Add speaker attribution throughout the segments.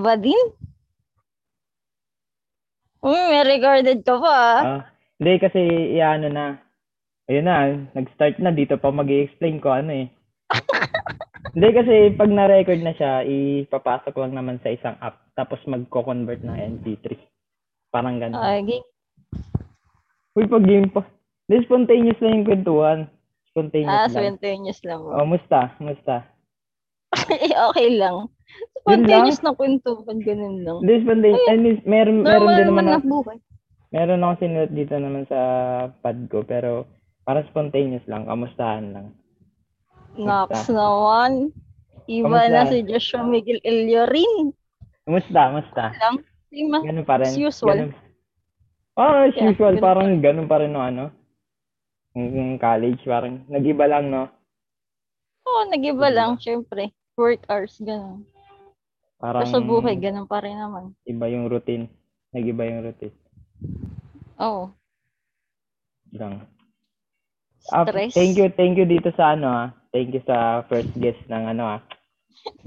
Speaker 1: Vadim? Hmm, may regarded ka pa. ah.
Speaker 2: Ah, hindi kasi iano na. Ayun na, nag-start na dito pa mag explain ko ano eh. hindi kasi pag na-record na siya, ipapasok lang naman sa isang app tapos magko-convert ng MP3. Parang ganun.
Speaker 1: Ah, gi-
Speaker 2: Uy, pag game pa. Hindi, spontaneous lang yung kwentuhan. Spontaneous
Speaker 1: ah,
Speaker 2: lang.
Speaker 1: spontaneous lang.
Speaker 2: Oh, musta? Musta?
Speaker 1: Eh, okay lang.
Speaker 2: Yun lang?
Speaker 1: Spontaneous na kwento. Pag ganun lang.
Speaker 2: Hindi, spontaneous. I mean, meron, meron
Speaker 1: Normal
Speaker 2: din naman
Speaker 1: naman
Speaker 2: na,
Speaker 1: na buhay.
Speaker 2: meron ako sinulat dito naman sa pad ko pero parang spontaneous lang, kamustahan lang.
Speaker 1: Nox naman. Iba
Speaker 2: Kamusta?
Speaker 1: na si Joshua Miguel Eliorin.
Speaker 2: Musta? Musta?
Speaker 1: Lang. Sima.
Speaker 2: Ganun pa rin.
Speaker 1: As usual.
Speaker 2: Ganun. Parang as
Speaker 1: Yeah,
Speaker 2: usual,
Speaker 1: ganun
Speaker 2: parang ganun pa rin no, ano. Yung yung college, parang nag-iba lang, no?
Speaker 1: Oo, nag-iba lang. Siyempre. Work hours, ganun.
Speaker 2: Parang
Speaker 1: Pero sa buhay, ganun pa rin naman.
Speaker 2: iba yung routine. Nag-iba yung routine.
Speaker 1: Oo. Oh,
Speaker 2: Lang. Ah,
Speaker 1: stress.
Speaker 2: thank you, thank you dito sa ano, ah. Thank you sa first guest ng ano, ah.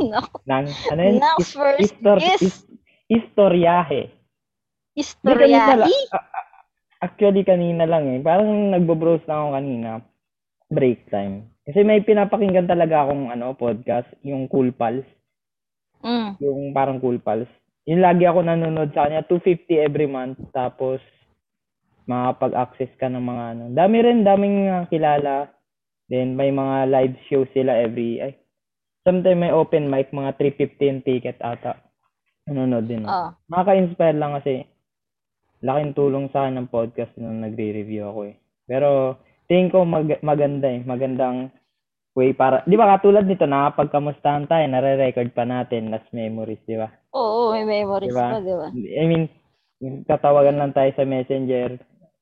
Speaker 1: Nako.
Speaker 2: Ng, ano yun?
Speaker 1: Now, first
Speaker 2: Histor-
Speaker 1: is
Speaker 2: his- Istoryahe. Hindi,
Speaker 1: istorya.
Speaker 2: kanina lang. Ah, ah, Actually, kanina lang eh. Parang nagbo-browse lang ako kanina. Break time. Kasi may pinapakinggan talaga akong ano, podcast, yung Cool Pals.
Speaker 1: Mm.
Speaker 2: Yung parang Cool Pals. Yung lagi ako nanonood sa kanya, 250 every month. Tapos, makakapag-access ka ng mga ano. Dami rin, daming uh, kilala. Then, may mga live show sila every, ay, sometimes may open mic, mga 350 yung ticket ata. Nanonood din. ako
Speaker 1: Ah.
Speaker 2: nakaka-inspire lang kasi laking tulong sa akin ng podcast nung nagre-review ako eh. Pero tingin ko mag- maganda eh, magandang way para, di ba katulad nito, nakapagkamustahan tayo, nare-record pa natin, last memories, di ba?
Speaker 1: Oo, may memories
Speaker 2: Diba?
Speaker 1: pa, di ba?
Speaker 2: I mean, tatawagan lang tayo sa messenger,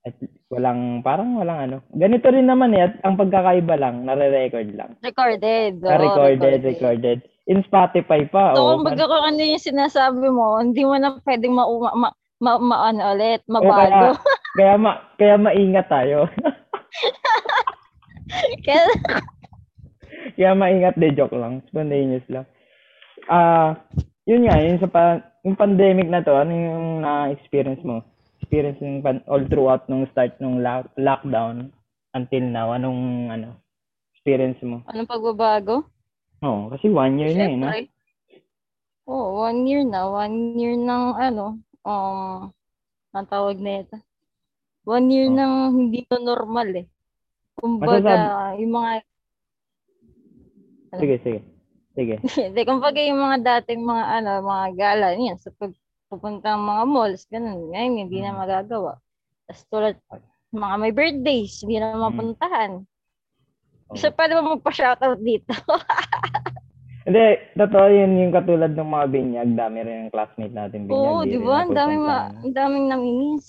Speaker 2: at walang, parang walang ano. Ganito rin naman eh, at ang pagkakaiba lang, nare-record lang.
Speaker 1: Recorded. oo,
Speaker 2: recorded, recorded. In Spotify pa,
Speaker 1: So,
Speaker 2: oh.
Speaker 1: kung baga kung ano yung sinasabi mo, hindi mo na pwedeng mauma, ma, ma, maano ulit,
Speaker 2: Oh, kaya,
Speaker 1: mabago.
Speaker 2: kaya, ma- kaya maingat tayo.
Speaker 1: Kaya,
Speaker 2: Kaya maingat de joke lang. Spontaneous lang. Ah, yun nga, yun sa pa- yung pandemic na to, ano yung na-experience mo? Experience ng pan- all throughout nung start nung lock- lockdown until now, anong ano experience mo?
Speaker 1: anong pagbabago?
Speaker 2: Oo, kasi one year na eh, no?
Speaker 1: Siyempre. Oo, oh, one year na. One year ng ano, um, ang tawag na ito. One year
Speaker 2: Oh.
Speaker 1: ng hindi to normal eh. Kumbaga, yung mga,
Speaker 2: Sige, sige. Sige.
Speaker 1: hindi, kumbaga yung mga dating mga ano, mga gala, yan, sa pagpupunta ng mga malls, ganun, ngayon, hindi na
Speaker 2: Mm.
Speaker 1: magagawa. Tapos tulad, mga may birthdays, hindi na
Speaker 2: Mm.
Speaker 1: mapuntahan.
Speaker 2: Oo.
Speaker 1: Isa pa naman magpa-shoutout dito.
Speaker 2: Hindi, totoo yun yung katulad ng mga binyag, dami rin yung classmate natin binyag.
Speaker 1: Oo,
Speaker 2: di
Speaker 1: di
Speaker 2: rin
Speaker 1: ba? Ang daming, ma-
Speaker 2: napupuntahan.
Speaker 1: ang daming naminis.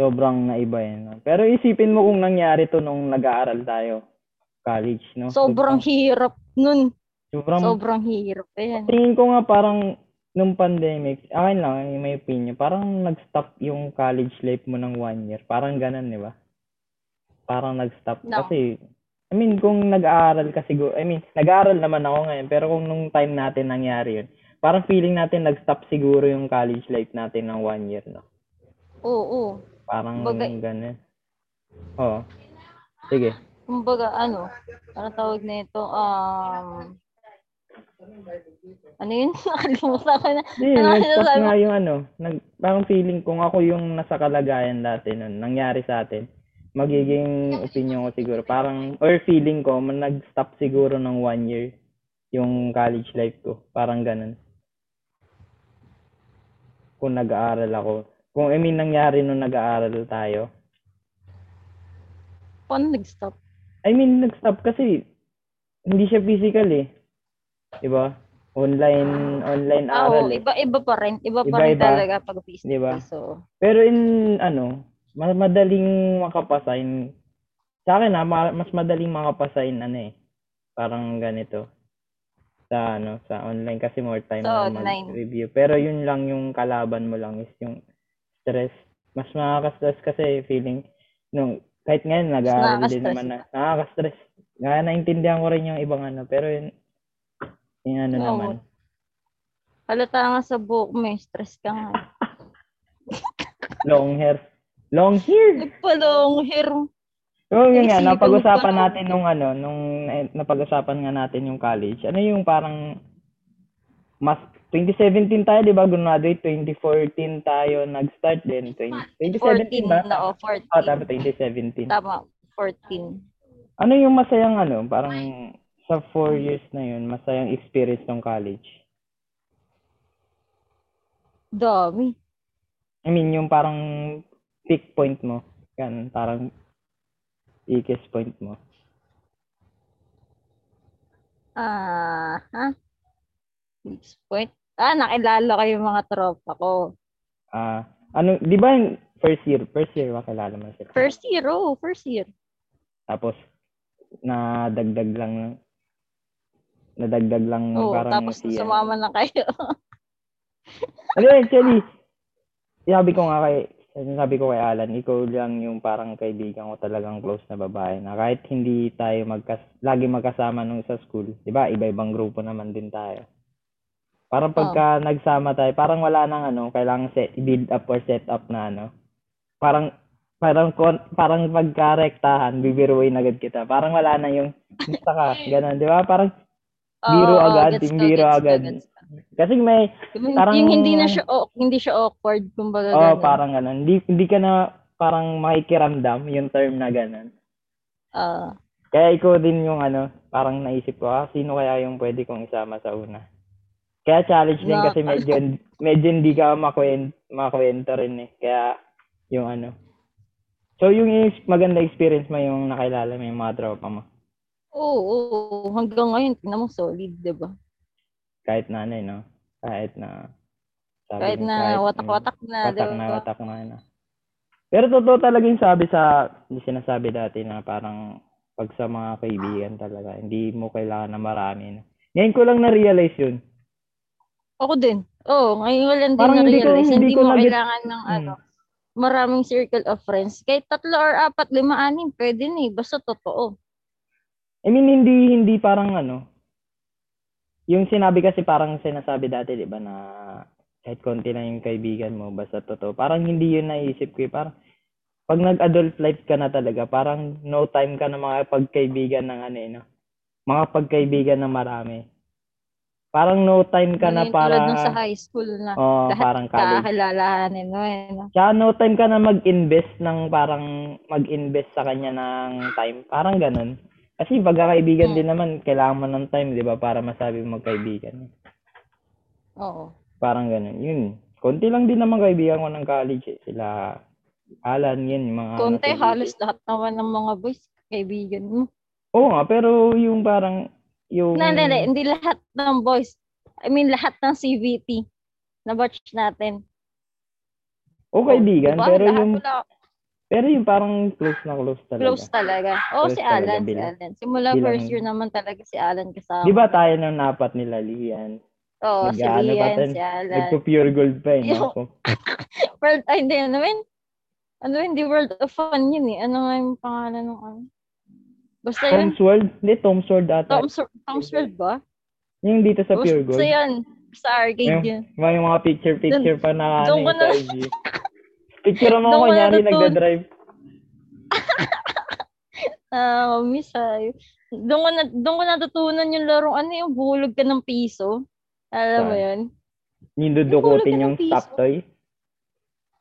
Speaker 2: Sobrang naiba yun. no? Pero isipin mo kung nangyari to nung nag-aaral tayo. College, no?
Speaker 1: Sobrang hirap nun.
Speaker 2: Sobrang,
Speaker 1: Sobrang hirap. Ayan.
Speaker 2: tingin ko nga parang nung pandemic, akin lang, yung may opinion, parang nag-stop yung college life mo ng one year. Parang ganun, di ba? Parang nag-stop.
Speaker 1: No.
Speaker 2: Kasi, I mean, kung nag-aaral ka siguro, I mean, nag-aaral naman ako ngayon, pero kung nung time natin nangyari yun, parang feeling natin nag-stop siguro yung college life natin ng one year, no?
Speaker 1: Oo, oo.
Speaker 2: Parang
Speaker 1: Bagay.
Speaker 2: ganun. Oo. Sige.
Speaker 1: Kumbaga, ano, ano tawag na ito? Um, ano yun? Nakalimutan ko na.
Speaker 2: Hindi,
Speaker 1: Ano ang
Speaker 2: nag-stop
Speaker 1: sinasabi
Speaker 2: nga yung ano, nag, parang feeling kung ako yung nasa kalagayan dati nun, nangyari sa atin, magiging opinion ko siguro, parang, or feeling ko, man- nag-stop siguro ng one year yung college life ko. Parang ganun. Kung nag-aaral ako. Kung, I mean, nangyari nung nag-aaral tayo.
Speaker 1: Paano nag-stop?
Speaker 2: I mean, nag-stop kasi, hindi siya physical eh. Diba? Online, online
Speaker 1: Ah,
Speaker 2: aral.
Speaker 1: oo.
Speaker 2: eh.
Speaker 1: Iba, iba pa rin. Iba pa
Speaker 2: Iba,
Speaker 1: rin
Speaker 2: iba.
Speaker 1: talaga pag face
Speaker 2: Di ba?
Speaker 1: So,
Speaker 2: Pero in ano, ma- madaling makapasa in sa akin ha, ma- mas madaling makapasa in ano eh. Parang ganito sa ano, sa online kasi more time
Speaker 1: Sa
Speaker 2: na
Speaker 1: online.
Speaker 2: mag-review. Pero yun lang yung kalaban mo lang is yung stress. Mas nakaka-stress kasi feeling nung kahit ngayon nag-aaral din
Speaker 1: nakaka-stress
Speaker 2: naman na nakaka-stress. Nga naintindihan ko rin yung ibang ano, pero yun yung ano
Speaker 1: Oo.
Speaker 2: naman.
Speaker 1: Halata nga sa buhok mo, eh. stress ka nga.
Speaker 2: Long hair. Long hair!
Speaker 1: Nagpalong hair.
Speaker 2: So, Oh,
Speaker 1: Eh,
Speaker 2: yun nga,
Speaker 1: siligaw
Speaker 2: napag-usapan
Speaker 1: pa.
Speaker 2: natin nung ano, nung eh, napag-usapan nga natin yung college. Ano yung parang mas 2017 tayo, 'di ba? Graduate 2014 tayo nag-start din. 20,
Speaker 1: 14
Speaker 2: 2017 ba?
Speaker 1: na, oh, 14.
Speaker 2: Ah, tama 2017.
Speaker 1: Tama, 14.
Speaker 2: Ano yung masayang ano, parang sa four years na yun, masayang experience ng college?
Speaker 1: Dami.
Speaker 2: I mean, yung parang peak point mo. Yan, parang weakest point mo.
Speaker 1: Ah, ha? Next point. Ah, nakilala ko yung mga tropa ko.
Speaker 2: Ah, ano, 'di ba yung first year, first year makilala mo sila.
Speaker 1: First year, oh, first year.
Speaker 2: Tapos nadagdag lang nadagdag lang
Speaker 1: Oo,
Speaker 2: Hmm, parang
Speaker 1: Oh, tapos
Speaker 2: si- eh.
Speaker 1: sumama na kayo.
Speaker 2: Ano actually, sabi ko nga kay sabi ko kay Alan, ikaw lang yung parang kaibigan ko talagang close na babae na kahit hindi tayo magkas lagi magkasama nung sa school, 'di ba? Iba-ibang grupo naman din tayo. Parang pagka nagsama tayo, parang wala nang ano, kailangan set build up or set up na ano. Parang parang kon- parang pagkarektahan, bibiruin agad kita. Parang wala na yung gusto ka, ganun, 'di ba? Parang Biro
Speaker 1: Oo, oo,
Speaker 2: agad,
Speaker 1: Oh, gets
Speaker 2: yung
Speaker 1: ko,
Speaker 2: biro
Speaker 1: gets ko,
Speaker 2: agad.
Speaker 1: gets ko.
Speaker 2: kasi may
Speaker 1: Yung,
Speaker 2: Parang-
Speaker 1: yung hindi na siya awk- hindi siya awkward kumbaga
Speaker 2: Oo,
Speaker 1: ganun.
Speaker 2: parang ganun. Hindi, hindi ka na parang makikiramdam yung term na ganun.
Speaker 1: Ah,
Speaker 2: Kaya ikaw din yung ano, parang naisip ko, ah, sino kaya yung pwede kong isama sa una? Kaya challenge din
Speaker 1: Yeah.
Speaker 2: kasi medyo, medyo hindi ka makwent, makwento rin eh. Kaya yung ano. So yung is- maganda experience mo yung nakilala mo yung mga tropa mo.
Speaker 1: oo, oo, oo. hanggang ngayon tingnan mo solid, 'di ba?
Speaker 2: Kahit na ano eh, no? Kahit na... sabi
Speaker 1: Kahit
Speaker 2: mo,
Speaker 1: na
Speaker 2: kahit-
Speaker 1: watak-watak na, 'di
Speaker 2: Watak na,
Speaker 1: ba?
Speaker 2: watak na, ano. Pero totoo talaga yung sabi sa, yung sinasabi dati na parang pag sa mga kaibigan talaga, hindi mo kailangan na marami. No? Ngayon ko lang na-realize yun.
Speaker 1: Ako din. Oo, ngayon wala din
Speaker 2: Parang
Speaker 1: na
Speaker 2: hindi ko-
Speaker 1: realize.
Speaker 2: hindi
Speaker 1: Hindi,
Speaker 2: ko Hmm.
Speaker 1: mo
Speaker 2: na-get-
Speaker 1: kailangan ng ano, maraming circle of friends. Kahit tatlo or apat, lima, anim, pwede na eh. Basta totoo.
Speaker 2: I mean, hindi, hindi parang ano, yung sinabi kasi parang sinasabi dati, di ba, na kahit konti na yung kaibigan mo, basta totoo. Parang hindi yun naisip ko. eh. Parang pag nag-adult life ka na talaga, parang no time ka na mga pagkaibigan ng ano, eh, no? mga pagkaibigan na marami. Parang no time ka na
Speaker 1: Ngayon,
Speaker 2: para...
Speaker 1: Tulad nung sa high school na
Speaker 2: Oo,
Speaker 1: lahat
Speaker 2: parang college.
Speaker 1: kakilalahanin mo. Eh, no?
Speaker 2: Tsaka no time ka na mag-invest ng parang mag-invest sa kanya ng time. Parang ganun. Kasi pagkakaibigan
Speaker 1: Mm.
Speaker 2: din naman, kailangan mo ng time, di ba? Para masabi mo magkaibigan.
Speaker 1: Oo.
Speaker 2: Parang ganun. Yun. Konti lang din naman kaibigan ko ng college. Eh. Sila Alan, yun, yung mga...
Speaker 1: Konti,
Speaker 2: Ah, nasa-
Speaker 1: halos lahat naman ng mga boys, kaibigan mo.
Speaker 2: Oo nga, pero yung parang... Yung...
Speaker 1: Na, na, na, hindi lahat ng boys. I mean, lahat ng CVT na batch natin.
Speaker 2: Oo, kaibigan,
Speaker 1: Diba?
Speaker 2: pero
Speaker 1: Lahat
Speaker 2: yung...
Speaker 1: wala,
Speaker 2: Pero yung parang close na close talaga.
Speaker 1: close talaga. Oo, si
Speaker 2: Close talaga,
Speaker 1: Alan, si
Speaker 2: bilang-
Speaker 1: Alan. Simula
Speaker 2: bilang-
Speaker 1: first year naman talaga si Alan kasama.
Speaker 2: Di ba tayo ng napat nila, Lian?
Speaker 1: Oo, si
Speaker 2: nag-ano pa
Speaker 1: Lian,
Speaker 2: tayo?
Speaker 1: si Alan.
Speaker 2: Nagpo-pure gold pa eh.
Speaker 1: Yung-
Speaker 2: no?
Speaker 1: World, ay, hindi, ano yun? Ano yun? Di World of Fun yun eh. Ano nga yung pangalan ng ano? Basta yun,
Speaker 2: Tom's World? Hindi, Tom's World ata.
Speaker 1: Tom's, Tom's World ba?
Speaker 2: Yung dito sa
Speaker 1: Basta
Speaker 2: Pure Gold.
Speaker 1: yun, sa arcade
Speaker 2: Yung-
Speaker 1: yun.
Speaker 2: May mga picture-picture pa na
Speaker 1: doon
Speaker 2: ano
Speaker 1: ko
Speaker 2: eh, sa
Speaker 1: na-
Speaker 2: IG. Picture mo
Speaker 1: Doon
Speaker 2: ako,
Speaker 1: ko
Speaker 2: kunyari
Speaker 1: natutunan.
Speaker 2: nagdadrive.
Speaker 1: Ah, miss ay. Doon ko, na, doon ko natutunan yung larong ano yung hulog ka ng piso. Alam mo
Speaker 2: Saan?
Speaker 1: yun? Nahulog ka
Speaker 2: Nindudukutin
Speaker 1: ng
Speaker 2: yung
Speaker 1: piso.
Speaker 2: stop toy.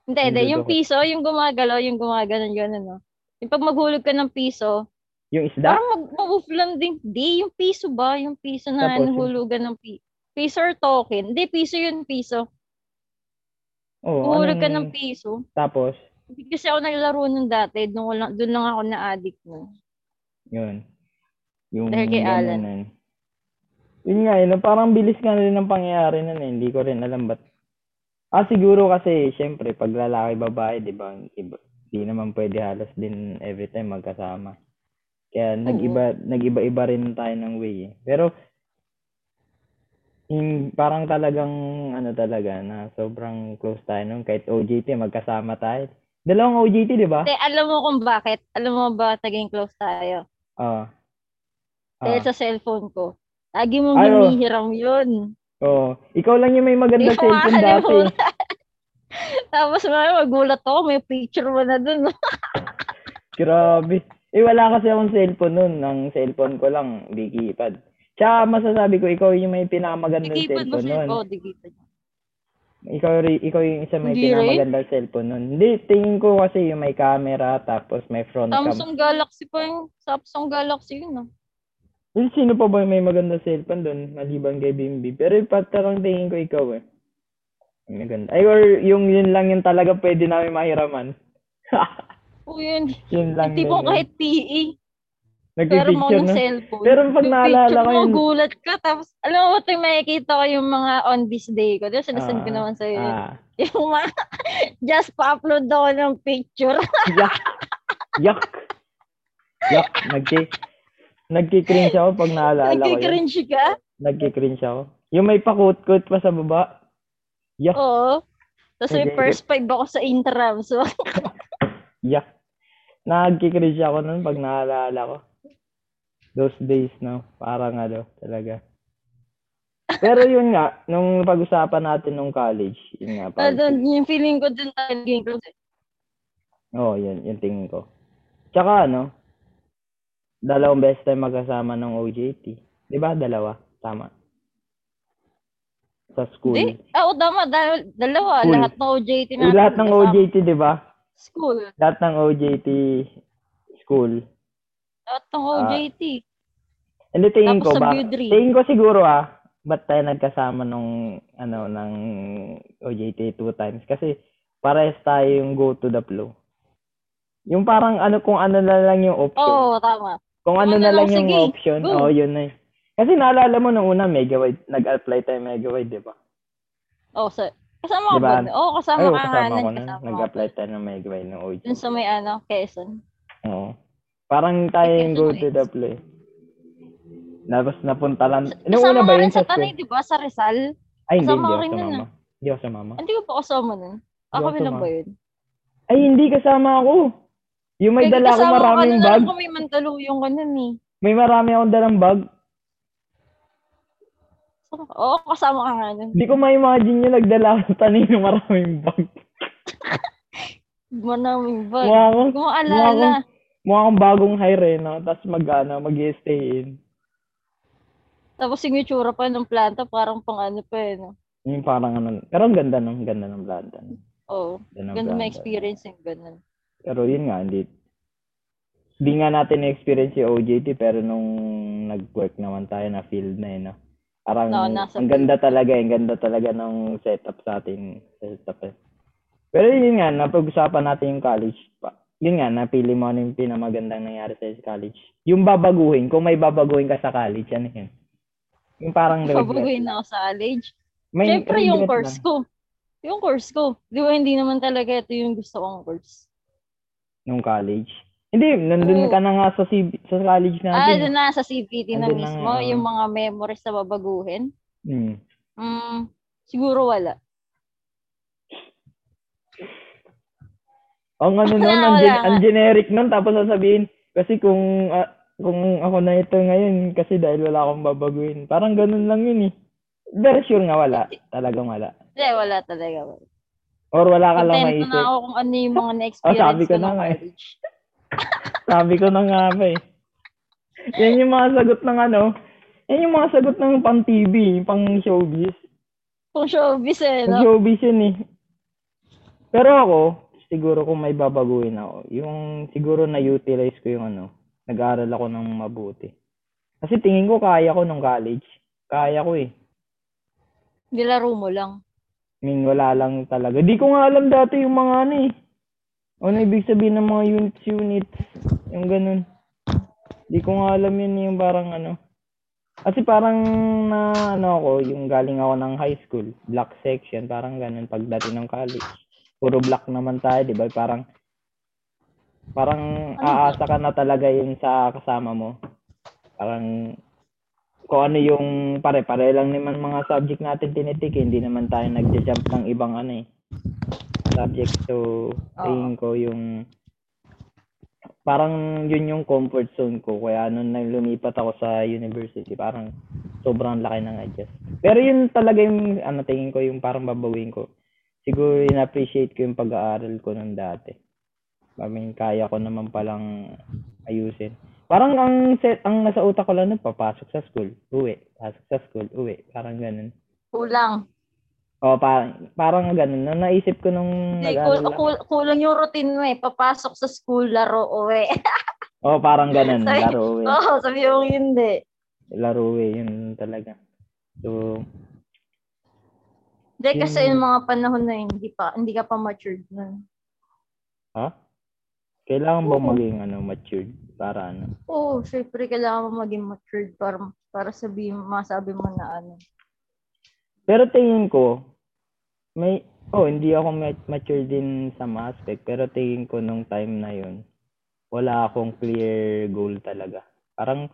Speaker 1: Hindi, hindi. Yung
Speaker 2: Niluloko.
Speaker 1: piso, yung gumagalaw, yung gumagano, yun, ano. Yung pag maghulog ka ng piso,
Speaker 2: Yung isda.
Speaker 1: parang mag- move lang din. Di, yung piso ba? Yung piso na
Speaker 2: Tapos yun.
Speaker 1: hulugan ng piso. Piso or token? Hindi, piso yun, piso.
Speaker 2: Oo,
Speaker 1: Huhulog ka ng
Speaker 2: anong-
Speaker 1: piso.
Speaker 2: Tapos,
Speaker 1: Hindi kasi ako naglaro nun dati. Doon, ko lang, doon lang ako na-addict nun.
Speaker 2: yun. Yung
Speaker 1: Dahil kay
Speaker 2: ganun
Speaker 1: Alan.
Speaker 2: nun. Yun nga, yun, parang bilis nga rin ang pangyayari nun eh. Hindi ko rin alam ba't. Ah, siguro kasi, syempre, pag lalaki, babae, di ba? Iba, di naman pwede halos din every time magkasama. Kaya nag-iba, nag-iba-iba rin tayo ng way eh. Pero, yung parang talagang, ano talaga, na sobrang close tayo nun. Kahit OJT, magkasama tayo. Dalawang OJT, di ba?
Speaker 1: Kasi alam mo kung bakit? Alam mo ba naging close tayo?
Speaker 2: Oo. Ah.
Speaker 1: Dahil sa cellphone ko. Lagi mong
Speaker 2: Ay, oh. oo.
Speaker 1: hinihiram yun.
Speaker 2: Oo. Ikaw lang yung may maganda
Speaker 1: Hindi ko
Speaker 2: cellphone dati.
Speaker 1: makakalimutan. Tapos mamaya magulat ako, may picture mo na dun.
Speaker 2: Grabe. Eh, wala kasi akong cellphone nun. Ang cellphone ko lang, di keypad. Tsaka masasabi ko, ikaw yung may pinakamagandang
Speaker 1: Digipan mo
Speaker 2: cellphone
Speaker 1: siya. Oh,
Speaker 2: nun.
Speaker 1: Oo, digipan.
Speaker 2: Ikaw, ri- ikaw yung isa may
Speaker 1: Hindi, right?
Speaker 2: pinakamagandang cellphone nun. Hindi, tingin ko kasi yung may camera, tapos may front cam.
Speaker 1: Samsung Galaxy pa yung Samsung Galaxy yun ah.
Speaker 2: Eh, sino pa ba yung may maganda cellphone doon? Maliban kay Bimbi. Pero yung parang tingin ko ikaw eh. Ang Maganda. Ay, or yung yun lang yung talaga pwede namin mahiraman.
Speaker 1: Oo yun.
Speaker 2: yun lang.
Speaker 1: Hindi mo
Speaker 2: yun. eh.
Speaker 1: kahit PE. Pero mo
Speaker 2: Nagpipicture
Speaker 1: ng
Speaker 2: na.
Speaker 1: cellphone.
Speaker 2: Pero pag
Speaker 1: Yung
Speaker 2: naalala
Speaker 1: picture
Speaker 2: ko
Speaker 1: mo,
Speaker 2: yun-
Speaker 1: gulat ka. Tapos, alam mo, tuwing makikita ko yung mga on this day ko. Diba, sinasend ko
Speaker 2: Ah,
Speaker 1: naman sa'yo yun.
Speaker 2: Ah.
Speaker 1: Yung mga, just pa-upload ako ng picture.
Speaker 2: Yak. Yak. Yak. Nagki. Nagki-cringe ako pag naalala ko yun.
Speaker 1: Nagkikringe ka?
Speaker 2: Nagki-cringe ako. Yung may pakut-kut pa sa baba. Yak.
Speaker 1: Oo. Tapos may
Speaker 2: Nagki-
Speaker 1: first five ako sa interim. So,
Speaker 2: Yak. Nagki-cringe ako nun pag naalala ko. Those days na. Parang ano, talaga. Pero yun nga, nung pag-usapan natin nung college, yun nga. parang-
Speaker 1: Parang yung feeling ko dun tayo naging close.
Speaker 2: Oo, oh, yun, yung tingin ko. Tsaka ano, dalawang best time magkasama ng OJT. Di ba? Dalawa. Tama. Sa school.
Speaker 1: Hindi. Ah, oo, tama. Dal- dalawa.
Speaker 2: School.
Speaker 1: Lahat ng OJT
Speaker 2: Eh, lahat ng
Speaker 1: kasama.
Speaker 2: OJT, di ba?
Speaker 1: School.
Speaker 2: Lahat ng OJT school.
Speaker 1: Lahat ng
Speaker 2: Ah.
Speaker 1: OJT.
Speaker 2: Hindi, tingin
Speaker 1: Tapos
Speaker 2: ko
Speaker 1: sa
Speaker 2: ba?
Speaker 1: Beauty.
Speaker 2: Tingin ko siguro ah, ba't tayo nagkasama nung, ano, ng OJT two times? Kasi parehas tayo yung go to the flow. Yung parang ano kung ano na lang yung option.
Speaker 1: Oo, tama.
Speaker 2: Kung ano
Speaker 1: Ano
Speaker 2: na lang
Speaker 1: lang,
Speaker 2: yung
Speaker 1: sige,
Speaker 2: option,
Speaker 1: go.
Speaker 2: oo, yun na eh. Kasi naalala mo nung una, mega wide, nag-apply tayo mega wide, di ba?
Speaker 1: Oo, sir. Oh, Kasama
Speaker 2: Diba?
Speaker 1: ka ba? Oo, kasama
Speaker 2: Ay, oo,
Speaker 1: ka nga
Speaker 2: kasama
Speaker 1: nun.
Speaker 2: ko na.
Speaker 1: Kasama ka.
Speaker 2: Nag-apply tayo ng mega wide ng OG.
Speaker 1: Dun sa may ano, Quezon.
Speaker 2: Oo. Parang tayo yung go to the play. Tapos napunta lang. Nung una
Speaker 1: kasama
Speaker 2: ba
Speaker 1: ka
Speaker 2: yun
Speaker 1: rin
Speaker 2: sa
Speaker 1: sa
Speaker 2: school?
Speaker 1: Tanay, di ba? Sa Rizal.
Speaker 2: Ay, hindi,
Speaker 1: kasama ko
Speaker 2: hindi ako
Speaker 1: rin ah. yun
Speaker 2: sumama. Hindi ako sumama.
Speaker 1: Hindi ko pa kasama nun. Ah,
Speaker 2: Hindi ako
Speaker 1: kami lang
Speaker 2: sumama.
Speaker 1: ba yun?
Speaker 2: Ay, hindi kasama ako. Yung may dala ako maraming bag.
Speaker 1: Kasama ko may mandaluyong ka nun eh.
Speaker 2: May marami akong dalang bag.
Speaker 1: Kasama ka- Oo, kasama ka nga nun.
Speaker 2: Hindi ko ma-imagine yung nagdala ako sa tanin ng maraming bag.
Speaker 1: Manaming ba?
Speaker 2: Mukha akong
Speaker 1: Hindi ko maalala.
Speaker 2: Mukha akong bagong hirena, tapos mag-ano, mag stay in.
Speaker 1: Tapos yung itsura pa ng planta, parang pang ano pa eh. No?
Speaker 2: Yung parang ano, pero ang ganda ng ganda ng planta. no?
Speaker 1: Oo,
Speaker 2: Ganda ng
Speaker 1: ganda
Speaker 2: planta.
Speaker 1: may experience yung ganun.
Speaker 2: Pero yun nga, hindi. Hindi nga natin na-experience yung OJT, pero nung nag-work naman tayo na field na yun, no? Parang,
Speaker 1: Oo, nasa
Speaker 2: ang ganda talaga, eh, ang ganda talaga ng setup sa ating setup eh. Pero yun nga, napag-usapan natin yung college. Pa. Yun nga, napili mo ano yung pinamagandang nangyari sa'yo sa college. Yung babaguhin, kung may babaguhin ka sa college, ano yun? Yung parang regret.
Speaker 1: Pabaguhin na ako sa college.
Speaker 2: May
Speaker 1: Siyempre yung
Speaker 2: regret
Speaker 1: course
Speaker 2: lang.
Speaker 1: ko. Yung course ko. Di ba hindi naman talaga ito yung gusto kong course.
Speaker 2: Nung college. Hindi,
Speaker 1: Oo.
Speaker 2: nandun ka na nga sa, CB, sa college
Speaker 1: Ah,
Speaker 2: natin.
Speaker 1: doon na sa CPT na
Speaker 2: Andun na
Speaker 1: mismo,
Speaker 2: nga, oo.
Speaker 1: yung mga memories na babaguhin.
Speaker 2: Hmm.
Speaker 1: Mm, siguro wala.
Speaker 2: Ang ano
Speaker 1: Wala,
Speaker 2: nun, ang,
Speaker 1: wala
Speaker 2: gen-
Speaker 1: nga.
Speaker 2: ang generic nun, tapos sasabihin, kasi kung ah, kung ako na ito ngayon, kasi dahil wala akong babaguhin. Parang ganun lang yun eh. Pero sure nga wala. Talagang wala.
Speaker 1: Hindi, wala talaga. Wala.
Speaker 2: Or wala ka lang
Speaker 1: Contento na
Speaker 2: maisip. Ah,
Speaker 1: ako kung ano yung mga na-experience
Speaker 2: sabi ko
Speaker 1: ko
Speaker 2: na
Speaker 1: ng
Speaker 2: nga eh.
Speaker 1: college.
Speaker 2: Sabi ko na nga ba eh. Yan yung mga sagot ng ano. Yan yung mga sagot ng pang TV, pang showbiz.
Speaker 1: Kung showbiz eh,
Speaker 2: Yung
Speaker 1: no?
Speaker 2: showbiz yun eh. Pero ako, siguro kung may babaguhin ako, yung siguro na-utilize ko yung ano, nag-aaral ako ng mabuti. Kasi tingin ko kaya ko nung college. Kaya ko eh.
Speaker 1: Nilaro mo lang.
Speaker 2: I mean, wala lang talaga. Di ko nga alam dati yung mga ano eh. Ano ibig sabihin ng mga units, units. Yung ganun. Di ko nga alam yun yung parang ano. Kasi parang na ano ako, yung galing ako ng high school, black section, parang ganun pagdating ng college. Puro black naman tayo, di ba? Parang parang aasa ka na talaga yun sa kasama mo. Parang kung ano yung pare-pare lang naman mga subject natin tinitik, eh. hindi naman tayo nagja-jump ng ibang ano eh. Subject so tingin ko yung parang yun yung comfort zone ko kaya nung nang lumipat ako sa university parang sobrang laki ng adjust. Pero yun talaga yung, ano, tingin ko, yung parang babawin ko. Siguro in-appreciate ko yung pag-aaral ko nung dati. I mean, kaya ko naman palang ayusin. Parang ang set, ang nasa utak ko lang, nun, papasok sa school, uwi, pasok sa school, uwi, parang ganun.
Speaker 1: Kulang.
Speaker 2: O, parang, parang ganun. Nung naisip ko nung
Speaker 1: Hindi,
Speaker 2: nag-aaral
Speaker 1: kul-
Speaker 2: ako-
Speaker 1: kul- kulang yung routine mo eh. Papasok sa school, laro, uwi.
Speaker 2: Oo, parang ganun.
Speaker 1: Sorry.
Speaker 2: Laro eh.
Speaker 1: Oo, oh, sabi mo hindi.
Speaker 2: Laro eh. Yun talaga. So,
Speaker 1: Hindi, kasi
Speaker 2: Yun.
Speaker 1: yung mga panahon na yun, hindi, pa, hindi ka pa matured nun.
Speaker 2: kailangan ba
Speaker 1: Oo.
Speaker 2: maging ano, matured para ano?
Speaker 1: Oo, syempre kailangan mo maging matured para, para sabi, masabi mo na ano.
Speaker 2: Pero tingin ko, may, oh, hindi ako mat- mature din sa mga aspect. Pero tingin ko nung time na yun, wala akong clear goal talaga. Parang,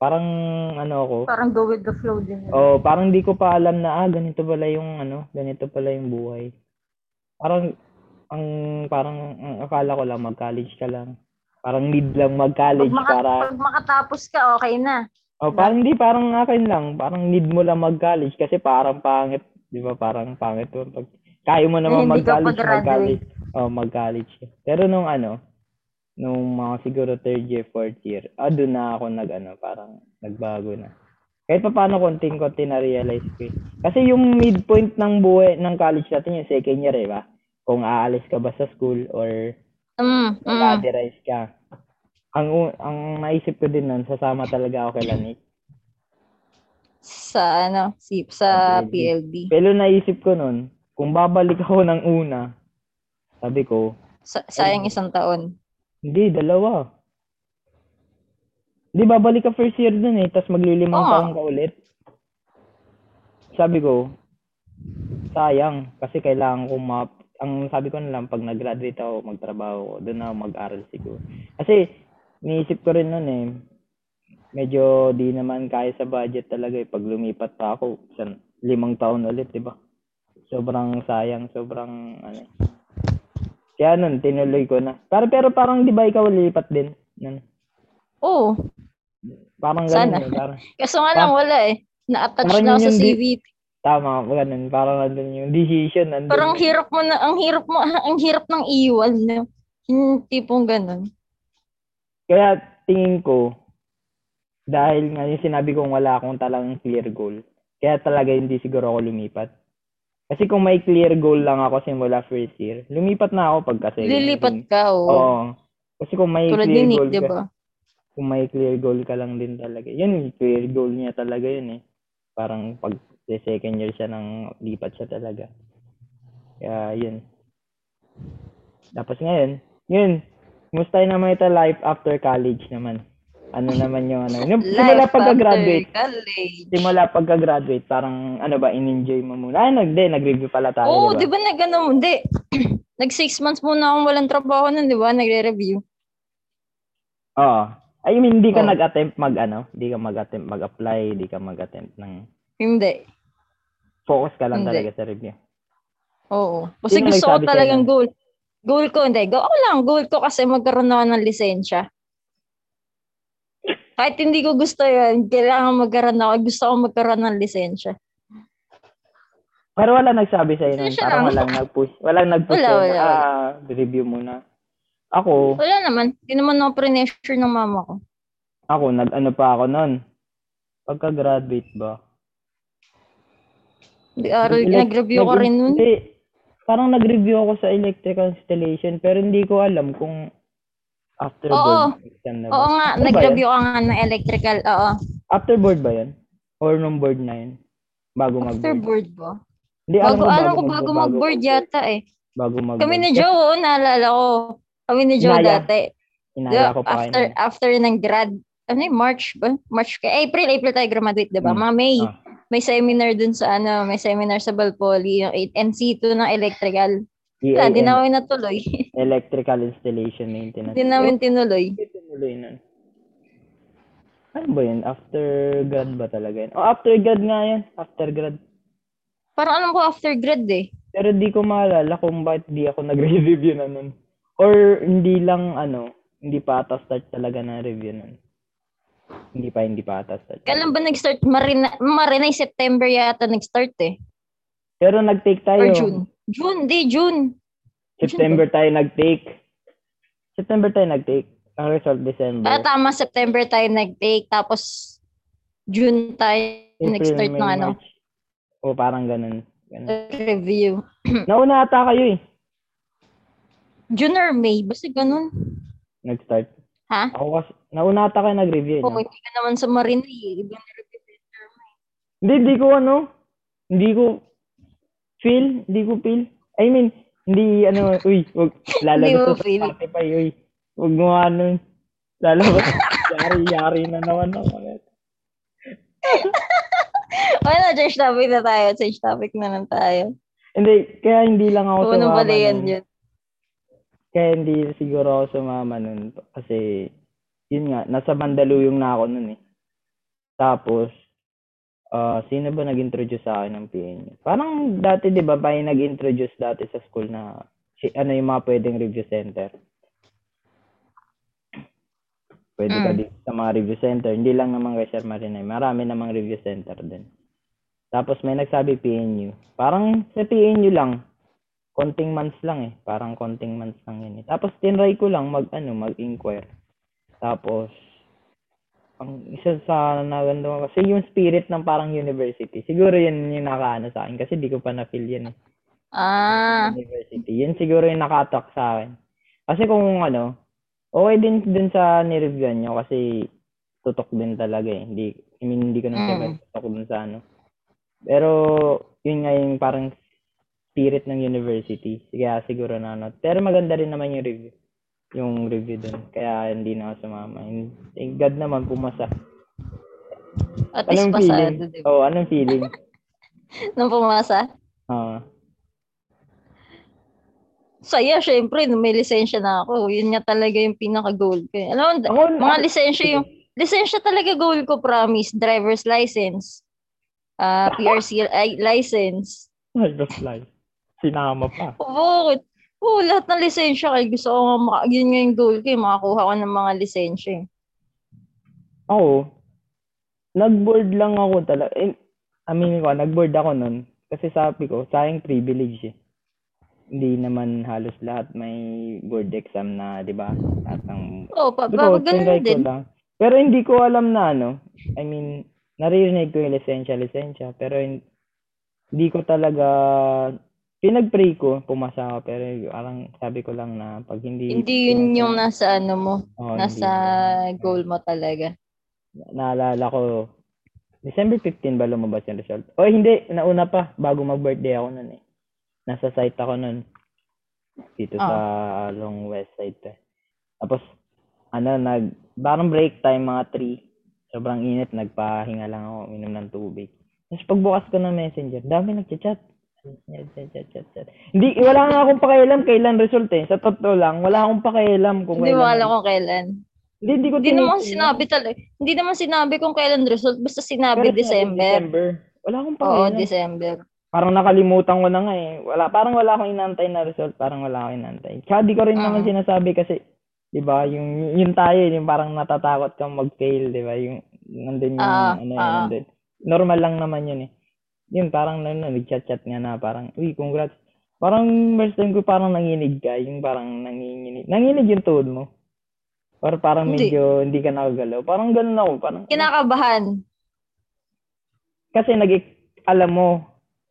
Speaker 2: parang ano ako,
Speaker 1: Parang go with the flow din. yun.
Speaker 2: Oh, parang di ko pa alam na ah, ganito pala yung ano, ganito pala yung buhay. Parang ang parang ang akala ko lang mag-college ka lang. Parang need lang mag-college
Speaker 1: pag, maka-
Speaker 2: para
Speaker 1: pag makatapos ka, okay na.
Speaker 2: Oh, parang hindi parang akin lang, parang need mo lang mag-college kasi parang pangit, 'di ba? Parang pangit 'yun pag kaya mo naman
Speaker 1: Eh, hindi ka
Speaker 2: mag-college,
Speaker 1: pa-graduate.
Speaker 2: mag-college. Oh, mag-college. ka. Pero nung ano, nung mga siguro third year, fourth year, ah, doon na ako nag ano, parang nagbago na. Kahit pa paano konting-konti na realize ko. eh. Kasi yung midpoint ng buhay ng college natin yung second year, 'di ba? Kung aalis ka ba sa school or
Speaker 1: Mm, mm.
Speaker 2: Nag-aderize ka. Ang, u- ang naisip ko din nun, sasama talaga ako kay Lanik.
Speaker 1: Sa ano, si, sa
Speaker 2: Sa
Speaker 1: PLD.
Speaker 2: Pero naisip ko nun, kung babalik ako ng una, sabi ko,
Speaker 1: Sa, sayang isang taon.
Speaker 2: hindi, dalawa. Hindi, babalik ka first year dun eh, tapos maglilimang
Speaker 1: Oo.
Speaker 2: taon ka ulit. Sabi ko, sayang, kasi kailangan ko ma... Ang sabi ko na lang, pag nag-graduate ako, magtrabaho ko, doon na ako mag-aral siguro. Kasi, niisip ko rin nun eh, medyo di naman kaya sa budget talaga eh. Pag lumipat pa ako, isang limang taon ulit, di ba? Sobrang sayang, sobrang ano. eh. Kaya nun, tinuloy ko na. Pero, pero parang di ba ikaw lilipat din? Nun.
Speaker 1: Oo.
Speaker 2: Parang
Speaker 1: Sana.
Speaker 2: ganun. eh, Parang,
Speaker 1: Oh, Kaso nga lang, wala eh. Na-attach
Speaker 2: Parang
Speaker 1: na ako sa
Speaker 2: yun yung di-
Speaker 1: CVT.
Speaker 2: tama, ganun. Parang nandun yung decision. Nandun.
Speaker 1: Parang hirap mo na, ang hirap mo, ang hirap ng iwan. No? Yung tipong ganun.
Speaker 2: Kaya tingin ko, dahil nga yung sinabi kong wala akong talagang clear goal, kaya talaga hindi siguro ako lumipat. Kasi kung may clear goal lang ako simula first year, lumipat na ako pagka second year.
Speaker 1: Lilipat ka,
Speaker 2: Oo.
Speaker 1: oo.
Speaker 2: Kasi kung may
Speaker 1: Tulad
Speaker 2: clear
Speaker 1: ni
Speaker 2: goal
Speaker 1: Nick, di
Speaker 2: ka,
Speaker 1: ba?
Speaker 2: kung may clear goal ka lang din talaga. Yun, yung clear goal niya talaga yun eh. Parang pag sa second year siya nang lipat siya talaga. Kaya yun. Tapos ngayon, yun, musta na naman ito life after college naman. Ano naman yung ano. Yung, simula
Speaker 1: Life
Speaker 2: pagka-graduate,
Speaker 1: after college.
Speaker 2: simula pagka-graduate, parang ano ba, in-enjoy mo muna. Ay, nag, di, nag-review pala tayo,
Speaker 1: Oo,
Speaker 2: di
Speaker 1: di
Speaker 2: ba?
Speaker 1: ba na ganun? Hindi. Nag six months muna akong walang trabaho nun, di ba? Nagre-review.
Speaker 2: Oo. I mean, hindi ka
Speaker 1: Oo.
Speaker 2: nag-attempt mag, ano, hindi ka mag-attempt mag-apply, hindi ka mag-attempt ng,
Speaker 1: Hindi.
Speaker 2: focus ka lang
Speaker 1: Hindi.
Speaker 2: talaga sa review.
Speaker 1: Oo. Kasi
Speaker 2: Sino
Speaker 1: gusto ko
Speaker 2: nagsabi sa'yo
Speaker 1: talagang
Speaker 2: nun?
Speaker 1: goal. Goal ko, hindi. Go, ako lang, goal ko kasi magkaroon na ako ng lisensya. Kahit hindi ko gusto yun, kailangan magkaroon ako. Gusto ko magkaroon ng lisensya.
Speaker 2: Pero wala nagsabi sa'yo nun.
Speaker 1: Sino siya
Speaker 2: Parang
Speaker 1: lang?
Speaker 2: walang nag-push. Walang nag-push.
Speaker 1: Wala,
Speaker 2: sa'yo na,
Speaker 1: wala, wala.
Speaker 2: Ah, review muna. Ako,
Speaker 1: Wala naman. Hindi naman ako pressure ng mama ko.
Speaker 2: ako, nag-ano pa ako nun. Pagka-graduate ba?
Speaker 1: Hindi, aral,
Speaker 2: Nag-elec-
Speaker 1: ah, nag-review ko
Speaker 2: nag-
Speaker 1: rin nun.
Speaker 2: Hindi. Parang nag-review ako sa electrical installation pero hindi ko alam kung after
Speaker 1: Oo.
Speaker 2: board exam na ba.
Speaker 1: Oo nga,
Speaker 2: Ano ba
Speaker 1: nag-review
Speaker 2: yun?
Speaker 1: ka nga ng electrical. Oo.
Speaker 2: After board ba yun? Or nung board na yun? Bago
Speaker 1: After
Speaker 2: mag-board.
Speaker 1: board ba?
Speaker 2: Hindi, alam
Speaker 1: Bago,
Speaker 2: ko
Speaker 1: alam ko bago mag-board
Speaker 2: mag-board.
Speaker 1: yata eh.
Speaker 2: Bago mag-board.
Speaker 1: Kami ni Joe, oo, naalala ko. Kami ni Joe
Speaker 2: Inaya.
Speaker 1: dati.
Speaker 2: Inaya ko pa kayo
Speaker 1: after,
Speaker 2: nun.
Speaker 1: after ng grad, ano yun, March ba? March ka. April, April tayo graduate, di ba?
Speaker 2: Mm.
Speaker 1: Mga May.
Speaker 2: Ah.
Speaker 1: May seminar dun sa ano, may seminar sa Balpoli, yung 8 NC2 ng electrical. Wala, di
Speaker 2: EAM,
Speaker 1: namin natuloy.
Speaker 2: E Electrical Installation Maintenance.
Speaker 1: di namin tinuloy.
Speaker 2: Hindi tinuloy nun. Ano ba yun? After grad ba talaga yun? Oh, after grad nga yan. After grad.
Speaker 1: Parang alam ko after grad eh.
Speaker 2: Pero di ko maalala kung bakit di ako nag-review na nun. Or hindi lang ano, hindi pa ata start talaga ng review nun. Hindi pa, hindi pa atas.
Speaker 1: Kailan ba nag-start? Marina, Marinay September yata nag-start eh.
Speaker 2: Pero nag-take
Speaker 1: Or
Speaker 2: tayo.
Speaker 1: June. June, di June.
Speaker 2: September tayo nag-take. September tayo nag-take. Ang result December.
Speaker 1: Ah, tama, September tayo nag-take. Tapos, June tayo
Speaker 2: April,
Speaker 1: nag-start
Speaker 2: May,
Speaker 1: ng ano,
Speaker 2: March. Oo, parang ganun. ganun.
Speaker 1: review.
Speaker 2: Nauna ata kayo eh.
Speaker 1: June or May, basta ganun.
Speaker 2: Nag-start.
Speaker 1: Ha?
Speaker 2: Ako kasi, nauna ata kayo nag-review. eh,
Speaker 1: Oo,
Speaker 2: no?
Speaker 1: hindi ka naman sa Marinay. eh. Iba na review.
Speaker 2: Hindi, di ko ano. Hindi ko feel. Hindi ko feel. I mean, hindi ano, uy, wag,
Speaker 1: Hindi mo
Speaker 2: lalabas ko
Speaker 1: feel.
Speaker 2: sa Spotify, uy. Wag mo ano, lalabas. Yari-yari na naman ako.
Speaker 1: Wala, change topic na tayo. Change topic na lang tayo.
Speaker 2: Hindi, kaya hindi lang ako
Speaker 1: Oo, nung
Speaker 2: sumama
Speaker 1: pala yan
Speaker 2: nun.
Speaker 1: yun.
Speaker 2: Kaya hindi siguro ako sumama nun. Kasi, yun nga, nasa Mandaluyong na ako nun eh. Tapos, ah sino ba nag-introduce sa akin ng PNU? Parang dati, di ba, may nag-introduce dati sa school na si- ano yung mga pwedeng review center. Pwede ka
Speaker 1: Mm.
Speaker 2: dito sa mga review center. Hindi lang naman kay Sir Marinay. Marami namang review center din. Tapos may nagsabi PNU. Parang sa PNU lang. Konting months lang eh. Parang konting months lang yun eh. Tapos tinry ko lang mag ano, mag-inquire. Tapos ang isa sa naganda kasi yung spirit ng parang university. Siguro yun yung nakaano sa akin kasi di ko pa na-feel yun. eh.
Speaker 1: Ah,
Speaker 2: University. Yun siguro yung nakatak sa akin. Kasi kung ano, okay din dun sa nireviewan nyo kasi tutok din talaga eh. Hindi, I mean, hindi ko na
Speaker 1: Mm.
Speaker 2: mm. tutok dun sa ano. Pero, yun nga yung parang spirit ng university. Kaya siguro na ano. Pero maganda rin naman yung review. Yung review dun. Kaya hindi na ako sumama. And, Thank God naman pumasa.
Speaker 1: at least
Speaker 2: Anong feeling?
Speaker 1: pasado, diba?
Speaker 2: Oo, oh, anong feeling?
Speaker 1: Nung pumasa.
Speaker 2: Ah.
Speaker 1: Saya, syempre, nung may lisensya na ako. Yun nga talaga yung pinaka-goal ko. eh. Alam mo,
Speaker 2: Ako-
Speaker 1: mga lisensya yung... Lisensya talaga goal ko, promise. Driver's license. ah PRC li- license.
Speaker 2: Ay, just like, sinama pa.
Speaker 1: Oo, oo, oh, lahat ng lisensya kay gusto ko nga maka- yun nga yung goal ko, eh, makakuha ko ng mga lisensya. eh.
Speaker 2: Ako, nag-board lang ako talaga. Eh, aminin ko, nag-board ako nun. Kasi sabi ko, sayang privilege eh. Hindi naman halos lahat may board exam na, di ba? Lahat ng...
Speaker 1: Oo, Oh, pa,
Speaker 2: Pero,
Speaker 1: pa, Diba, ganun
Speaker 2: tinry ko
Speaker 1: din.
Speaker 2: lang. Pero hindi ko alam na ano. I mean, naririnig ko yung lisensya, lisensya. Pero hin- hindi ko talaga... Pinag-pray ko, pumasa ako. Pero parang sabi ko lang na pag hindi...
Speaker 1: Hindi yun yung nasa ano mo,
Speaker 2: Oo, hindi.
Speaker 1: nasa goal mo talaga.
Speaker 2: naalala ko, December 15 ba lumabas yung result? O hindi, nauna pa, bago mag-birthday ako nun eh. Nasa site ako nun. Dito
Speaker 1: Ah.
Speaker 2: sa Long West side eh. Tapos, ano, nag, parang break time mga 3. Sobrang init, nagpahinga lang ako, minom ng tubig. Tapos pagbukas ko ng messenger, dami nagchat-chat. Chat, chat, chat, chat. Hindi, wala nga akong pakialam kailan result eh. Sa totoo lang, wala akong pakialam kung
Speaker 1: Hindi mo alam
Speaker 2: kailan.
Speaker 1: kung kailan.
Speaker 2: Hindi, hindi ko
Speaker 1: Hindi naman
Speaker 2: tinitingnan.
Speaker 1: sinabi talaga. Hindi naman sinabi kung kailan result, basta sinabi
Speaker 2: Pero
Speaker 1: December.
Speaker 2: December. Wala akong
Speaker 1: Oo,
Speaker 2: pakialam.
Speaker 1: December.
Speaker 2: parang nakalimutan ko na nga eh. Wala, parang wala akong inantay na result. Parang wala akong inantay. Tsaka di ko rin
Speaker 1: Ah.
Speaker 2: naman sinasabi kasi, di ba, yung, yung tayo, eh. yung parang natatakot kang mag-fail, di ba? Yung, nandun yung,
Speaker 1: Ah,
Speaker 2: ano,
Speaker 1: ah.
Speaker 2: nandun. Normal lang naman yun eh. Yun, parang ano, nag-chat-chat nga na, parang, uy, congrats. Parang first time ko parang nanginig ka, yung parang nanginginig. Nanginig yung tuhod mo. Or parang
Speaker 1: Hindi.
Speaker 2: medyo hindi ka nakagalaw. Parang ganun ako. Parang,
Speaker 1: Kinakabahan.
Speaker 2: kasi nag alam mo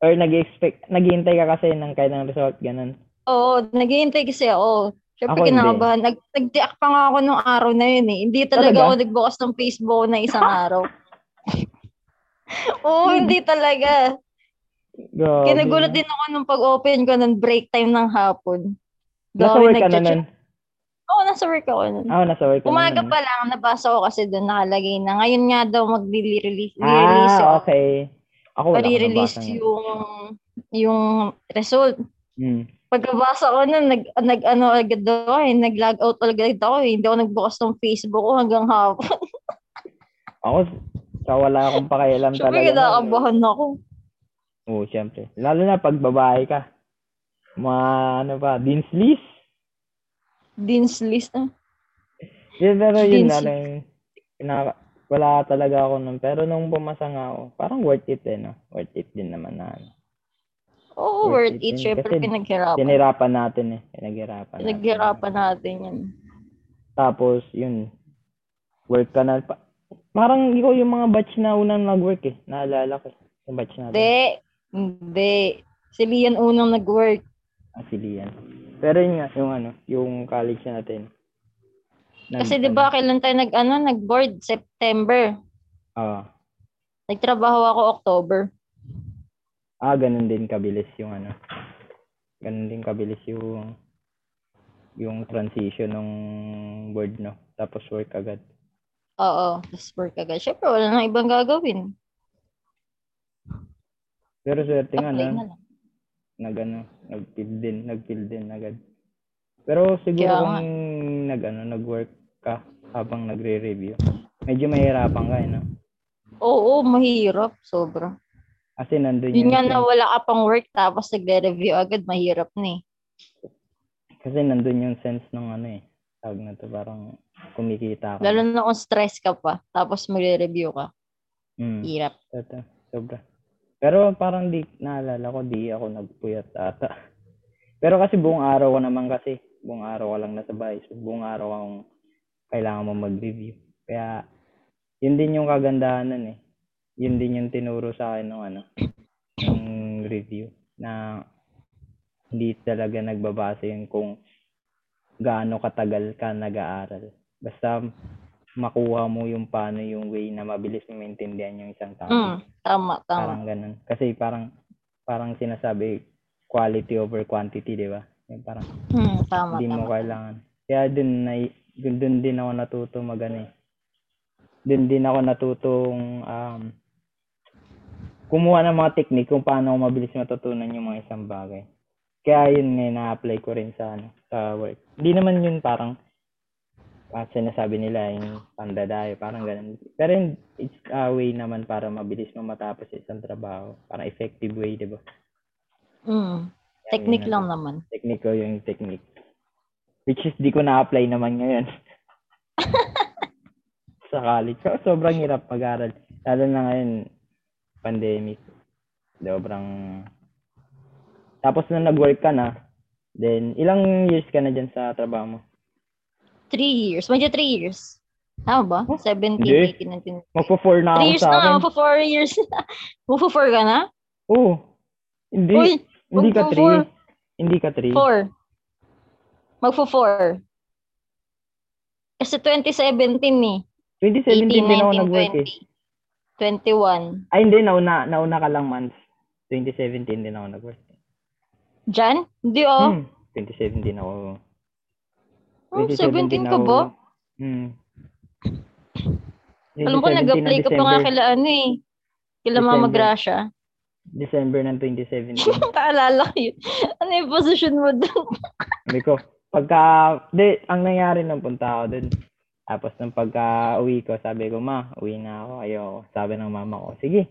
Speaker 2: or nag-expect naghihintay ka kasi ng kailang result ganun.
Speaker 1: Oo, naghihintay kasi ako.
Speaker 2: Ako
Speaker 1: Siyempre,
Speaker 2: hindi.
Speaker 1: kinakabahan. Nag, nagtiak pa nga ako nung araw na yun eh. Hindi talaga,
Speaker 2: Talaga?
Speaker 1: ako nagbukas ng Facebook na isang araw. Oo, hindi talaga.
Speaker 2: Grabe.
Speaker 1: Kinagulat din ako nung pag-open ko ng break time ng hapon.
Speaker 2: Nasa
Speaker 1: Grabe,
Speaker 2: work ka na
Speaker 1: nagcha-chat.
Speaker 2: nun.
Speaker 1: Oo, nasa work ako nun.
Speaker 2: Ah, nasa work ka na
Speaker 1: Umaga
Speaker 2: nun.
Speaker 1: pa lang, nabasa ko kasi doon nakalagay na. Ngayon nga daw mag-release release
Speaker 2: Ah,
Speaker 1: yung,
Speaker 2: okay. Ako wala akong
Speaker 1: release
Speaker 2: nabasa nun.
Speaker 1: yung, yung result.
Speaker 2: Mm.
Speaker 1: Pagkabasa ko nun, nag, nag ano agad ako eh, nag log out agad ako eh. Hindi ako nagbukas ng Facebook ko hanggang hapon.
Speaker 2: Ako, sa wala akong pakialam talaga.
Speaker 1: Siyempre,
Speaker 2: nun.
Speaker 1: kinakabahan ako.
Speaker 2: Oo, syempre. Lalo na pag babae ka. Mga ano pa, dean's list.
Speaker 1: Dean's list. ah.
Speaker 2: Yun, pero yun,
Speaker 1: Dean's
Speaker 2: ano yung, kinaka- wala talaga ako nun. Pero nung pumasa nga ako, parang worth it eh, no? Worth it din naman na. ano.
Speaker 1: Oo, oh,
Speaker 2: Worth
Speaker 1: worth
Speaker 2: it
Speaker 1: it.
Speaker 2: yun.
Speaker 1: Siyempre,
Speaker 2: Kasi
Speaker 1: pinaghirapan.
Speaker 2: Pinirapan natin eh. Pinaghirapan natin.
Speaker 1: Pinaghirapan natin yan.
Speaker 2: Tapos, yun. Work ka na. Pa- parang ikaw yung mga batch na unang nag-work eh. Naalala ko. eh, Yung batch natin.
Speaker 1: Hindi. Hindi. Si Lian unang nag-work.
Speaker 2: Ah, si Lian. Pero yun nga, yung ano, yung college natin. Nag-
Speaker 1: Kasi di ba kailan tayo nag, ano, nag-board? September.
Speaker 2: Oo.
Speaker 1: Nagtrabaho ako October.
Speaker 2: ah, ganun din kabilis yung ano. Ganun din kabilis yung yung transition ng board, no? Tapos work agad.
Speaker 1: Oo. Tapos work agad. Siyempre, wala nang ibang gagawin.
Speaker 2: Pero swerte nga,
Speaker 1: Apply na
Speaker 2: na,
Speaker 1: lang.
Speaker 2: nag, ano, nag-fill din, nag-fill din agad. Pero siguro
Speaker 1: Kaya
Speaker 2: kung nag, ano, nag-work ka habang nagre-review, medyo mahirapan ka, eh, no?
Speaker 1: Oo, mahirap. Sobra.
Speaker 2: Kasi nandun
Speaker 1: Yun nga
Speaker 2: yung-
Speaker 1: na wala ka pang work tapos nagre-review agad. Mahirap na eh.
Speaker 2: Kasi nandun yung sense ng ano eh. Tawag na to, parang kumikita ka.
Speaker 1: Lalo na kung stress ka pa tapos magre-review ka.
Speaker 2: Mm,
Speaker 1: Hirap.
Speaker 2: tata, sobra. Pero parang di, naalala ko, di ako nagpuyat ata. Pero kasi buong araw ko naman kasi. Buong araw ko lang nasa bahay. So, buong araw akong kailangan mo mag-review. Kaya, yun din yung kagandahan nun eh. Yun din yung tinuro sa akin ng ano, ng review na hindi talaga nagbabase yun kung gaano katagal ka nag-aaral. Basta makuha mo yung paano yung way na mabilis mo maintindihan yung isang topic.
Speaker 1: Mm, tama, tama.
Speaker 2: Parang ganun. Kasi parang parang sinasabi quality over quantity, 'di ba? Yung Parang
Speaker 1: Mm, tama,
Speaker 2: hindi mo
Speaker 1: tama.
Speaker 2: kailangan. Kaya dun na dun, dun din ako natuto magano eh. Dun din ako natutong um kumuha ng mga technique kung paano ako mabilis matutunan yung mga isang bagay. Kaya yun ngayon na-apply ko rin sa ano, sa work. Hindi naman yun parang ah, sinasabi nila yung pandadayo, parang ganun. Pero yun, it's a way naman para mabilis mo matapos isang trabaho. Parang effective way, di ba?
Speaker 1: Mm, technique lang naman.
Speaker 2: technique ko yung technique. Which is, di ko na-apply naman ngayon. sa college. So, sobrang hirap pag-aral. Lalo na ngayon, pandemic. Sobrang... Tapos na nag-work ka na, then, ilang years ka na dyan sa trabaho mo?
Speaker 1: Three years. Medyo three years. Tama ba? 17,
Speaker 2: Hindi.
Speaker 1: 18, 19.
Speaker 2: Magpo-four na ako
Speaker 1: Three years
Speaker 2: sa
Speaker 1: na nga.
Speaker 2: akin.
Speaker 1: Magpo four years na. Magpo four ka na?
Speaker 2: Oo. Hindi,
Speaker 1: Uy,
Speaker 2: hindi ka
Speaker 1: magpo
Speaker 2: three.
Speaker 1: four.
Speaker 2: Hindi ka three.
Speaker 1: four. Magpo four. Kasi 2017 eh. 18,
Speaker 2: 2017 din ako
Speaker 1: 19,
Speaker 2: nag-work eh.
Speaker 1: 20. 21.
Speaker 2: Ay, hindi. Nauna, nauna ka lang months. 2017 din ako nag-work.
Speaker 1: Jan? Hindi oh.
Speaker 2: Hmm, 2017 ako.
Speaker 1: Hmm, 17 Oh, ka
Speaker 2: ako-
Speaker 1: ba?
Speaker 2: Hmm.
Speaker 1: Alam ko,
Speaker 2: 2017 ng
Speaker 1: nag-apply ka pa nga
Speaker 2: December.
Speaker 1: kila ano eh. Kila
Speaker 2: December.
Speaker 1: Mama Gracia.
Speaker 2: December ng 2017.
Speaker 1: Paalala ko yun. Ano yung position mo doon?
Speaker 2: Sabi ko, pagka, di, ang nangyari nung punta ako dun, tapos nung pagka uwi ko, sabi ko, ma, uwi na ako, ayoko. Sabi ng mama ko, sige,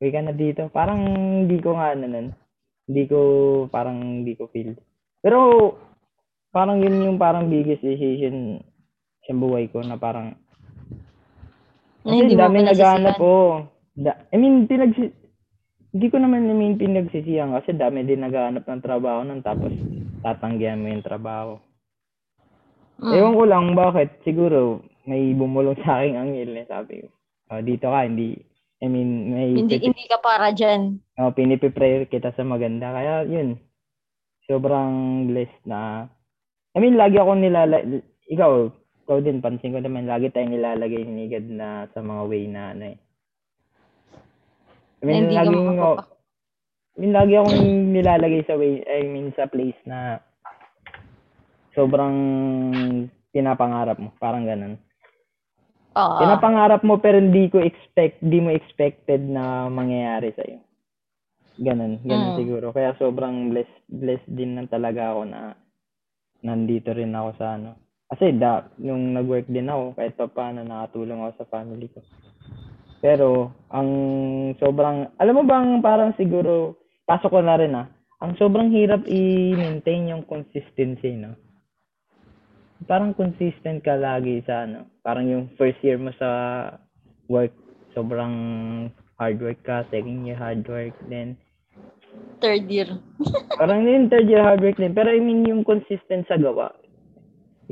Speaker 2: uwi ka na dito. Parang hindi ko nga ano nun, hindi ko, parang hindi ko feel. Pero, parang yun yung parang biggest decision sa buhay ko na parang,
Speaker 1: Na hindi
Speaker 2: Kasi
Speaker 1: mo
Speaker 2: dami naghahanap
Speaker 1: pinagsisihan.
Speaker 2: oh. po. Da- I mean, pinagsi... Hindi ko naman I mean, pinagsisihan kasi dami din naghahanap ng trabaho nun tapos tatanggihan mo yung trabaho.
Speaker 1: Mm.
Speaker 2: oh. Ewan ko lang bakit. Siguro may bumulong sa akin ang eh, sabi ko. "Oh, dito ka, hindi... I mean, may
Speaker 1: Hindi,
Speaker 2: pipi-
Speaker 1: hindi ka para dyan.
Speaker 2: oh, pinipiprayer kita sa maganda. Kaya yun, sobrang blessed na... I mean, lagi ako nilala... Ikaw, ikaw din, pansin ko naman, lagi tayong nilalagay ni God na sa mga way na ano eh. I
Speaker 1: na
Speaker 2: mean,
Speaker 1: hindi ka
Speaker 2: laging, oh,
Speaker 1: makapapa.
Speaker 2: I mean, lagi akong nilalagay sa way, I mean, sa place na sobrang pinapangarap mo. Parang ganun.
Speaker 1: Oo.
Speaker 2: Pinapangarap mo pero hindi ko expect, hindi mo expected na mangyayari sa'yo. Ganun, ganun
Speaker 1: Mm.
Speaker 2: siguro. Kaya sobrang blessed, blessed din na talaga ako na nandito rin ako sa ano. Kasi da, nung nag-work din ako, kahit pa paano nakatulong ako sa family ko. Pero, ang sobrang, alam mo bang parang siguro, pasok ko na rin ah, ang sobrang hirap i-maintain yung consistency, no? Parang consistent ka lagi sa ano, parang yung first year mo sa work. Sobrang hard work ka, second year hard work, then
Speaker 1: Third year.
Speaker 2: parang yung third year hard work din. Pero I mean, yung consistent sa gawa.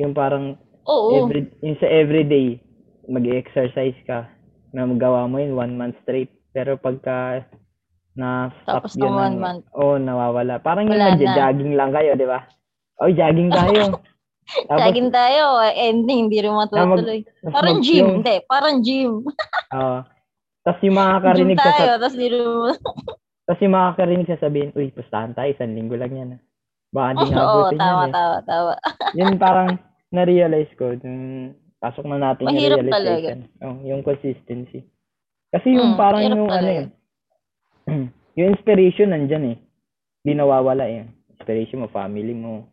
Speaker 2: Yung parang
Speaker 1: Oo.
Speaker 2: every, yung sa everyday, mag-exercise ka. Na magawa mo yun one month straight. Pero pagka na
Speaker 1: Tapos ng one month.
Speaker 2: Oo, oh, nawawala. Parang yung
Speaker 1: Wala na.
Speaker 2: nagja-jogging lang kayo, di ba? Oh, jogging tayo.
Speaker 1: Tagin tayo, ending, hindi rin matutuloy.
Speaker 2: tapos
Speaker 1: Parang
Speaker 2: mag-
Speaker 1: gym,
Speaker 2: yung-
Speaker 1: hindi, parang gym.
Speaker 2: Oo. tapos yung
Speaker 1: Gym
Speaker 2: makakarinig ka sa
Speaker 1: tayo, tapos hindi rin
Speaker 2: Tapos yung makakarinig sasabihin, uy, pustahan tayo, isang linggo lang yan. ah. Baka di nga
Speaker 1: Oo,
Speaker 2: abutin
Speaker 1: tama,
Speaker 2: yan eh.
Speaker 1: tama, tama.
Speaker 2: Yun parang na-realize ko, yung pasok na natin
Speaker 1: Mahirap
Speaker 2: yung realization. Oh, yung consistency. Kasi yung
Speaker 1: Mm,
Speaker 2: parang
Speaker 1: mahirap
Speaker 2: yung ano
Speaker 1: talaga.
Speaker 2: eh, yung inspiration nandyan eh. Di nawawala eh. Inspiration mo, family mo.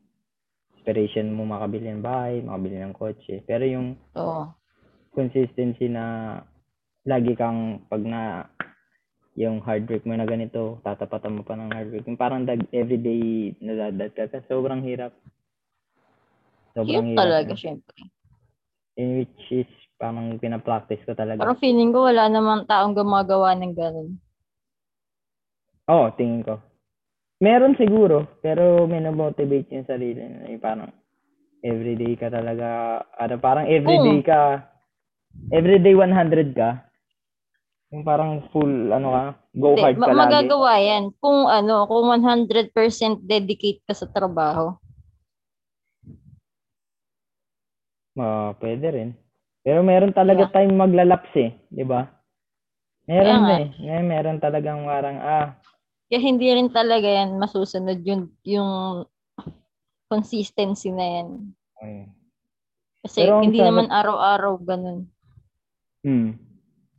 Speaker 2: Inspiration mo makabili ng bahay, makabili ng kotse. Pero yung
Speaker 1: Oo.
Speaker 2: consistency na lagi kang pag na yung hard work mo na ganito, tatapatan mo pa ng hard work. Yung parang dag, everyday nadadat ka. Kasi sobrang hirap. Sobrang
Speaker 1: Yun
Speaker 2: hirap.
Speaker 1: talaga,
Speaker 2: yun.
Speaker 1: syempre.
Speaker 2: In which is parang pinapractice ko talaga.
Speaker 1: Parang feeling ko wala namang taong gumagawa ng ganun.
Speaker 2: Oo, oh, tingin ko. Meron siguro, pero minamotivate yung sarili. na Yung parang everyday ka talaga. Ano, parang everyday ka. Everyday 100 ka. Yung parang full, ano ka, go
Speaker 1: Hindi,
Speaker 2: hard ka
Speaker 1: ma-
Speaker 2: lagi.
Speaker 1: magagawa yan kung ano, kung 100% dedicate ka sa trabaho.
Speaker 2: Ah, pwede rin. Pero meron talaga time maglalaps eh, 'di ba? Meron
Speaker 1: Kaya nga.
Speaker 2: eh. May meron talagang warang ah,
Speaker 1: Kaya hindi rin talaga yan masusunod yung yung consistency na yan.
Speaker 2: ay,
Speaker 1: Kasi
Speaker 2: Pero ang
Speaker 1: hindi
Speaker 2: sabi-
Speaker 1: naman araw-araw ganun.
Speaker 2: hmm.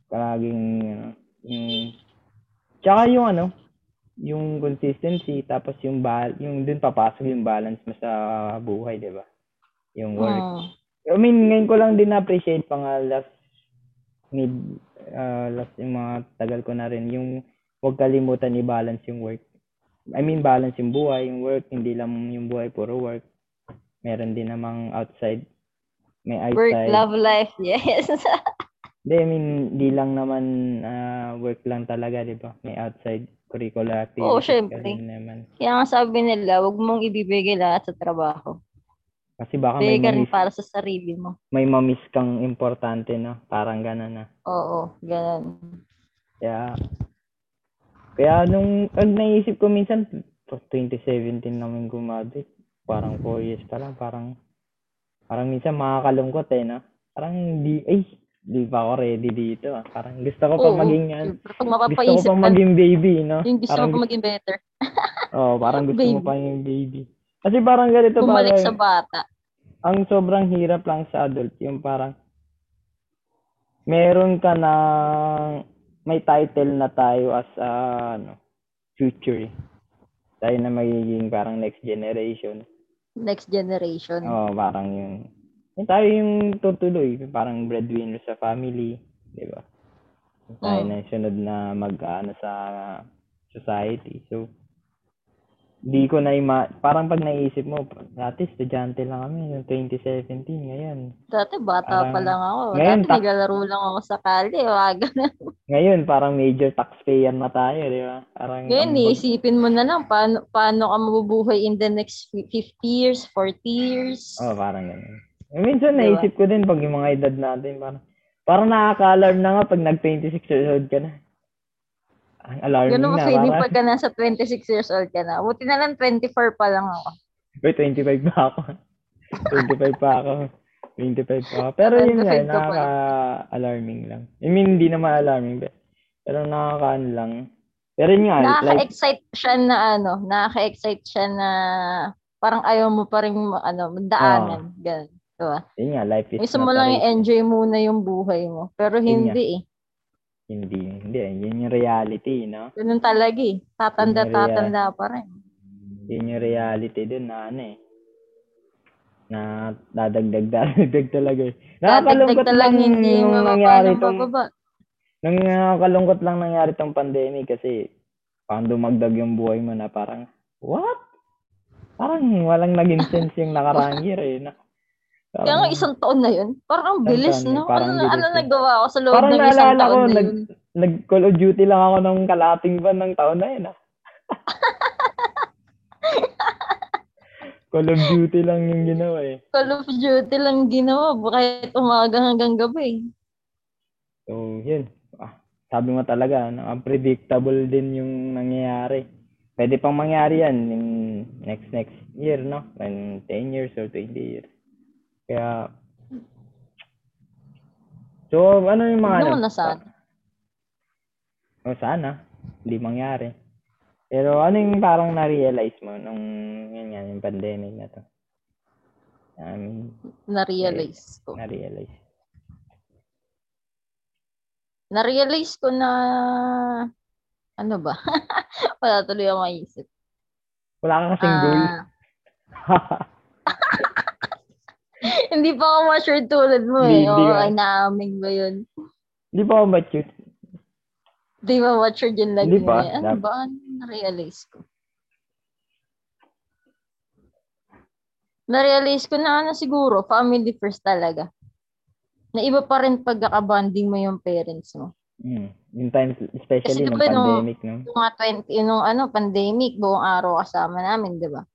Speaker 2: Palaging ano, yung Tsaka yung ano, yung consistency tapos yung bal yung dun papasok yung balance mo sa buhay, 'di ba? Yung work.
Speaker 1: Mm.
Speaker 2: I mean, ngayon ko lang din na-appreciate pa nga last mid ah, last yung mga tagal ko na rin yung huwag kalimutan i-balance yung work. I mean, balance yung buhay, yung work, hindi lang yung buhay puro work. Meron din namang outside, may
Speaker 1: Work,
Speaker 2: outside.
Speaker 1: love life, yes.
Speaker 2: Hindi, I mean, di lang naman ah, work lang talaga, di ba? May outside curricular activities.
Speaker 1: Oo,
Speaker 2: ka
Speaker 1: syempre.
Speaker 2: rin naman.
Speaker 1: Kaya nga sabi nila, wag mong ibibigay lahat sa trabaho.
Speaker 2: Kasi baka Ah, may
Speaker 1: Bigay ka rin
Speaker 2: mamiss,
Speaker 1: para sa sarili mo.
Speaker 2: may mamiss kang importante na, parang ganun na.
Speaker 1: Oo, ganun.
Speaker 2: Kaya, kaya nung, pag naisip ko minsan, 2017 namin gumadit, parang 4 years pa lang, parang, parang minsan makakalungkot eh, no? Parang hindi, ay, di pa ako ready dito, ah. Parang gusto ko pa
Speaker 1: Oo,
Speaker 2: maging, ano,
Speaker 1: syempre, Pag
Speaker 2: gusto ko
Speaker 1: mapapaisip
Speaker 2: pa
Speaker 1: ka,
Speaker 2: maging baby, no?
Speaker 1: yung gusto
Speaker 2: parang,
Speaker 1: mo pa maging better.
Speaker 2: oh, parang gusto mo
Speaker 1: Baby.
Speaker 2: pa yung baby. Kasi parang ganito,
Speaker 1: Bumalik
Speaker 2: parang,
Speaker 1: sa bata.
Speaker 2: ang sobrang hirap lang sa adult, yung parang meron ka ng may title na tayo as a ano, future. eh. Tayo na magiging parang next generation.
Speaker 1: Next generation.
Speaker 2: Oo, parang yun. Yung tayo yung tutuloy, parang breadwinner sa family, di ba? Yung Tayo
Speaker 1: Mm.
Speaker 2: na yung sunod na mag ano, sa society. So, di ko na ima- parang pag naisip mo, dati estudyante lang kami noong 2017, ngayon,
Speaker 1: Dati bata
Speaker 2: Parang-
Speaker 1: pa lang ako.
Speaker 2: Ngayon,
Speaker 1: Dati
Speaker 2: ta-
Speaker 1: naglalaro lang ako sa kalye. Wag
Speaker 2: Ngayon, parang major taxpayer na tayo, di ba? Parang,
Speaker 1: Ngayon,
Speaker 2: ang bag-
Speaker 1: iisipin mo na lang paano, paano ka mabubuhay in the next fi- 50 years, 40 years.
Speaker 2: Oo, parang ganun. Eh,
Speaker 1: Di
Speaker 2: Minsan
Speaker 1: ba?
Speaker 2: naisip ko din pag yung mga edad natin, parang, parang nakaka-alarm na nga pag nag-26 years old ka na. Ang alarming
Speaker 1: Ganun
Speaker 2: na.
Speaker 1: mo feeling
Speaker 2: parang,
Speaker 1: pagka nasa 26 years old ka na. Buti na lang 24 pa lang ako.
Speaker 2: Uy, 25 pa ako. 25 pa ako. 25 pa ako. Pero yun nga,
Speaker 1: 25 ka pa.
Speaker 2: nakaka-alarming lang. I mean, hindi naman alarming, but, pero nakaka lang. Pero yun nga, Ah, like,
Speaker 1: Nakaka-excite siya na ano, nakaka-excite siya na parang ayaw mo pa rin ma- ano, daanan. Ganun.
Speaker 2: yun nga, life is
Speaker 1: Gusto
Speaker 2: not
Speaker 1: mo
Speaker 2: a
Speaker 1: lang
Speaker 2: race.
Speaker 1: i-enjoy muna yung buhay mo. Pero
Speaker 2: Yun nga.
Speaker 1: hindi eh.
Speaker 2: Hindi, hindi. Yun yung reality, no?
Speaker 1: Ganun talaga eh. Tatanda-tatanda pa rin.
Speaker 2: yun yung reality din na ano eh. Na dadagdag, dadagdag talaga eh.
Speaker 1: Tatagdag
Speaker 2: Nakakalungkot lang
Speaker 1: talaga hindi
Speaker 2: nung
Speaker 1: mo
Speaker 2: nangyari
Speaker 1: mapapalang
Speaker 2: tong,
Speaker 1: pababa.
Speaker 2: nung nakakalungkot lang nangyari tong pandemic kasi parang dumagdag yung buhay mo na parang, what? Parang walang naging sense yung nakaraang year eh. Na,
Speaker 1: Kaya nga isang taon na yun. Parang ang
Speaker 2: Isang
Speaker 1: bilis,
Speaker 2: taon, eh.
Speaker 1: no?
Speaker 2: Parang
Speaker 1: ano,
Speaker 2: bilis
Speaker 1: ano
Speaker 2: eh.
Speaker 1: nagawa ako sa loob
Speaker 2: Parang
Speaker 1: ng isang
Speaker 2: naalala
Speaker 1: taon
Speaker 2: ko,
Speaker 1: na
Speaker 2: nag,
Speaker 1: yun?
Speaker 2: nag Call of Duty lang ako ng kalating ban ng taon na yun ah. Call of Duty lang yung ginawa eh.
Speaker 1: Call of Duty lang ginawa. Kahit umaga hanggang gabi.
Speaker 2: So, yun. Ah, sabi mo talaga, naka-predictable din yung nangyayari. Pwede pang mangyari yan in next next year, no? In 10 years or 20 years. Kaya, so, ano yung mga...
Speaker 1: Ano
Speaker 2: ano?
Speaker 1: na sana?
Speaker 2: O sana, hindi mangyari. Pero ano yung parang na-realize mo nung yun nga, yung pandemic na to? Um,
Speaker 1: Na-realize ko.
Speaker 2: na-realize.
Speaker 1: Na-realize ko na... Ano ba? Wala tuloy ako maisip.
Speaker 2: Wala ka kasing goal.
Speaker 1: Ah, hindi pa ako ma-sure tulad mo eh.
Speaker 2: Hindi, hindi
Speaker 1: Oo,
Speaker 2: ka.
Speaker 1: ay naaming ba yun?
Speaker 2: Hindi pa ako ma-choose.
Speaker 1: Di ba ma-sure din lagi
Speaker 2: Hindi pa.
Speaker 1: mo eh. Ano
Speaker 2: Dap-
Speaker 1: ba? Ano na-realize ko? Na-realize ko na ano siguro, family first talaga. Na iba pa rin pagkakabanding mo yung parents mo.
Speaker 2: Mm. Yung time, especially
Speaker 1: Kasi
Speaker 2: nung
Speaker 1: diba nung-
Speaker 2: pandemic, no?
Speaker 1: Yung mga 20, yung nung ano, pandemic, buong araw kasama namin, di ba?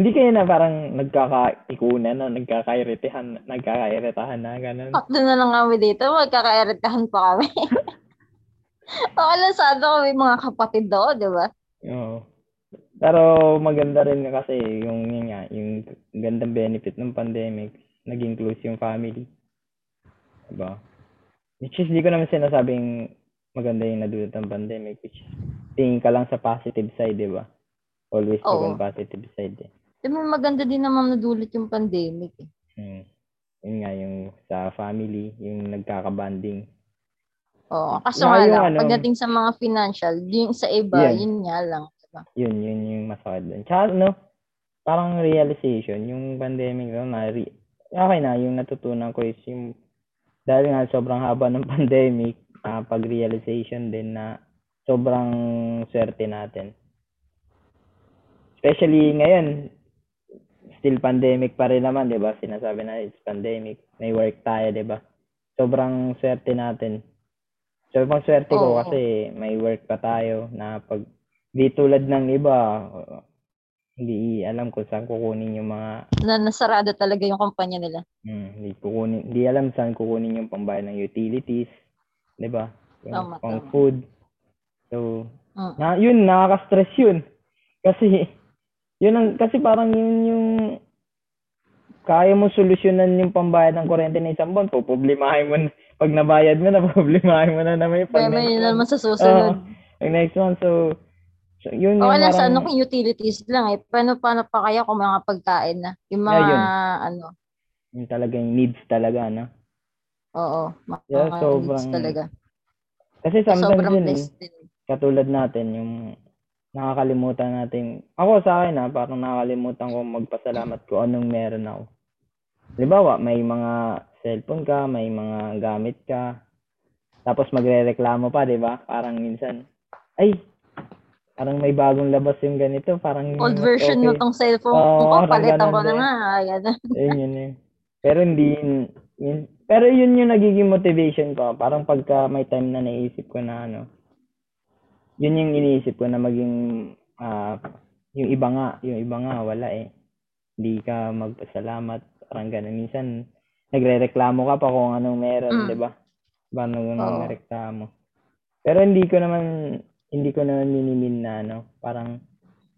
Speaker 2: Hindi kayo na parang nagkakaikunan, no? nagkakairitahan, nagkakairitahan na, ganun.
Speaker 1: Sakto na lang kami dito, magkakairitahan pa kami. Oo, alasado kami mga kapatid daw, di ba?
Speaker 2: Oo. Pero maganda rin nga kasi yung yun nga, yung gandang benefit ng pandemic, naging close yung family. Diba? Which is, di ko naman sinasabing maganda yung nadulot ng pandemic, which is, tingin ka lang sa positive side, di ba? Always look
Speaker 1: Oo.
Speaker 2: on positive side. Eh.
Speaker 1: Di ba maganda din naman nadulot yung pandemic eh.
Speaker 2: Mm. Yun nga, yung sa family, yung nagkakabanding.
Speaker 1: Oo, kaso
Speaker 2: Saka
Speaker 1: nga
Speaker 2: yung
Speaker 1: lang,
Speaker 2: ano-
Speaker 1: pagdating sa mga financial, yung sa iba,
Speaker 2: Yan.
Speaker 1: yun nga lang. Diba?
Speaker 2: Yun, yun yung masakit doon. Tsaka, no, parang realization, yung pandemic no, na, re- okay na, yung natutunan ko is yung, dahil nga sobrang haba ng pandemic, ah, pag-realization din na sobrang swerte natin. Especially ngayon, still pandemic pa rin naman, di ba? Sinasabi na it's pandemic, may work tayo, di ba? Sobrang swerte natin. Sobrang swerte ko
Speaker 1: Oo.
Speaker 2: kasi may work pa tayo na pag di tulad ng iba, hindi alam kung saan kukunin yung mga
Speaker 1: Na nasarado talaga yung kumpanya nila.
Speaker 2: mm, hindi kukunin, hindi alam saan kukunin yung pambayad ng utilities, 'di ba? Yung
Speaker 1: Tama,
Speaker 2: pang
Speaker 1: tama.
Speaker 2: food. So,
Speaker 1: Mm.
Speaker 2: na, yun nakaka-stress yun. Kasi yun ang kasi parang yun yung kaya mo solusyonan yung pambayad ng kuryente na isang buwan, poproblemahin mo na, pag nabayad mo na, poproblemahin mo na na
Speaker 1: May
Speaker 2: may ano. pag
Speaker 1: may
Speaker 2: next
Speaker 1: naman
Speaker 2: one.
Speaker 1: sa susunod.
Speaker 2: Pag next one, so, so yun
Speaker 1: o
Speaker 2: yung
Speaker 1: wala sa
Speaker 2: parang-
Speaker 1: ano, kung utilities lang eh. Paano, paano pa kaya kung mga pagkain na? Yung mga,
Speaker 2: Ayun.
Speaker 1: ano,
Speaker 2: yung talagang needs talaga, no?
Speaker 1: oo, mga
Speaker 2: Yeah,
Speaker 1: needs
Speaker 2: sobrang-
Speaker 1: talaga.
Speaker 2: Kasi sometimes
Speaker 1: Sobrang
Speaker 2: yun, eh,
Speaker 1: blessed din.
Speaker 2: katulad natin, yung nakakalimutan natin. Ako sa akin, ha, parang nakakalimutan ko magpasalamat ko anong meron ako. Halimbawa, may mga cellphone ka, may mga gamit ka, tapos magrereklamo pa, di ba? Parang minsan, ay, parang may bagong labas yung ganito, parang
Speaker 1: Old
Speaker 2: mas
Speaker 1: version
Speaker 2: Hmm, okay.
Speaker 1: na tong cellphone.
Speaker 2: Oo,
Speaker 1: ko,
Speaker 2: parang
Speaker 1: palitan ko
Speaker 2: ganun
Speaker 1: na
Speaker 2: din.
Speaker 1: nga. Ayan.
Speaker 2: Ayun, yun yun. Pero hindi yun, yun- pero yun yung nagiging motivation ko. Parang pagka may time na naisip ko na ano, yun yung iniisip ko na maging, ah, yung iba nga, yung iba nga, wala eh. Hindi ka magpasalamat, parang ganun. Minsan, nagre-reklamo ka pa kung anong meron,
Speaker 1: Mm.
Speaker 2: di ba? Paano mo
Speaker 1: Oo.
Speaker 2: nang reklamo? Pero hindi ko naman, hindi ko naman minimin na ano, parang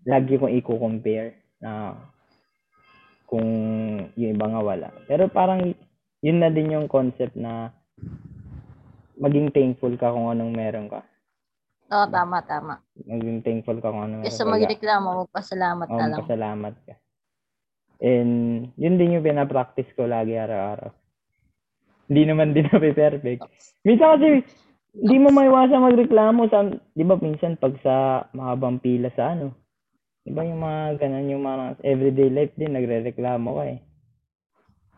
Speaker 2: lagi kong i-compare na kung yung iba nga wala. Pero parang yun na din yung concept na maging thankful ka kung anong meron ka.
Speaker 1: Oo, tama, tama.
Speaker 2: Maging thankful ka kung anong meron
Speaker 1: Kasi
Speaker 2: ka.
Speaker 1: magreklamo, magpasalamat
Speaker 2: Oo,
Speaker 1: na lang.
Speaker 2: magpasalamat ka. And yun din yung pinapractice ko lagi araw-araw. Hindi naman din na perfect. Minsan kasi, hindi mo maiwasan magreklamo. Sa, di ba minsan pag sa mahabang pila sa ano, di ba yung mga ganun, yung mga everyday life din, nagre-reklamo ka eh.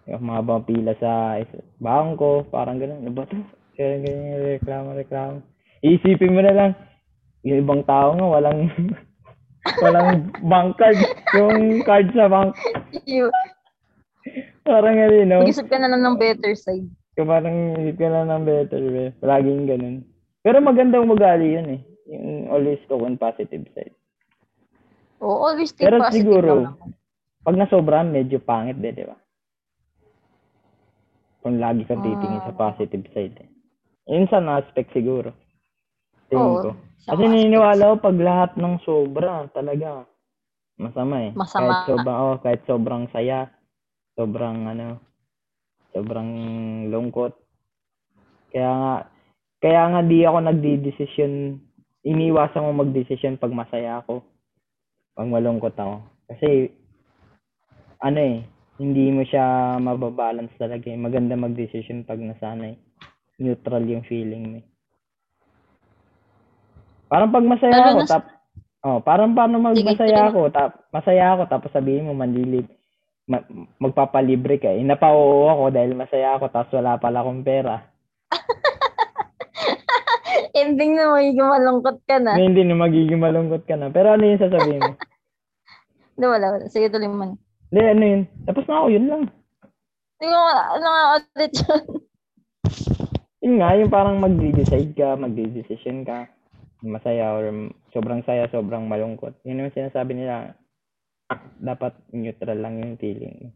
Speaker 2: Yung mahabang pila sa is- bangko, parang ganun. Ano ba to? Kaya ganyan yung reklamo, reklamo. Iisipin mo na lang, yung ibang tao nga, walang, walang bank card. Yung card sa bank,
Speaker 1: Yung-
Speaker 2: Parang ganun, no?
Speaker 1: Mag-isip ka na lang ng better side.
Speaker 2: Yung parang isip ka lang ng better, eh. Laging ganun. Pero magandang ugali yun, eh. Yung always go on positive side.
Speaker 1: Oo, always think
Speaker 2: Pero
Speaker 1: positive
Speaker 2: siguro,
Speaker 1: lang. ako.
Speaker 2: Pag nasobra, medyo pangit din, di ba? Kung lagi
Speaker 1: Ah.
Speaker 2: ka titingin sa positive side. Eh. Yun sa aspect siguro. Tingin
Speaker 1: Oo,
Speaker 2: ko.
Speaker 1: sa
Speaker 2: Kasi
Speaker 1: mga
Speaker 2: naniniwala ko pag lahat ng sobra, talaga, masama eh.
Speaker 1: Masama.
Speaker 2: Kahit, sobra, oh, kahit sobrang saya, sobrang ano, sobrang lungkot. Kaya nga, kaya nga di ako nagdi-decision, iniwasan ko mag-decision pag masaya ako. Pag malungkot ako. Kasi, ano eh, hindi mo siya mababalance talaga eh. Maganda mag-decision pag nasanay. Neutral yung feeling mo eh. Parang pag masaya
Speaker 1: Lalo
Speaker 2: ako,
Speaker 1: na sa-
Speaker 2: tap, oh, parang paano mag
Speaker 1: Sige, tuloy
Speaker 2: masaya
Speaker 1: mo.
Speaker 2: ako, tap, masaya ako, tapos sabihin mo, manlilit, ma- magpapalibre ka eh. Napauo ako dahil masaya ako, tapos wala pala akong pera.
Speaker 1: Ending na magiging malungkot ka na.
Speaker 2: Na hindi na magiging malungkot ka na. Pero ano yung sasabihin mo?
Speaker 1: Hindi, wala, wala. Sige, tuloy mo na.
Speaker 2: Hindi, ano yun? Tapos na ako, yun lang.
Speaker 1: Hindi ko, ano nga ulit yun.
Speaker 2: Yun nga, yung parang magde-decide ka, magde-decision ka. Masaya or m- sobrang saya, sobrang malungkot. Yun naman sinasabi nila, dapat neutral lang yung feeling.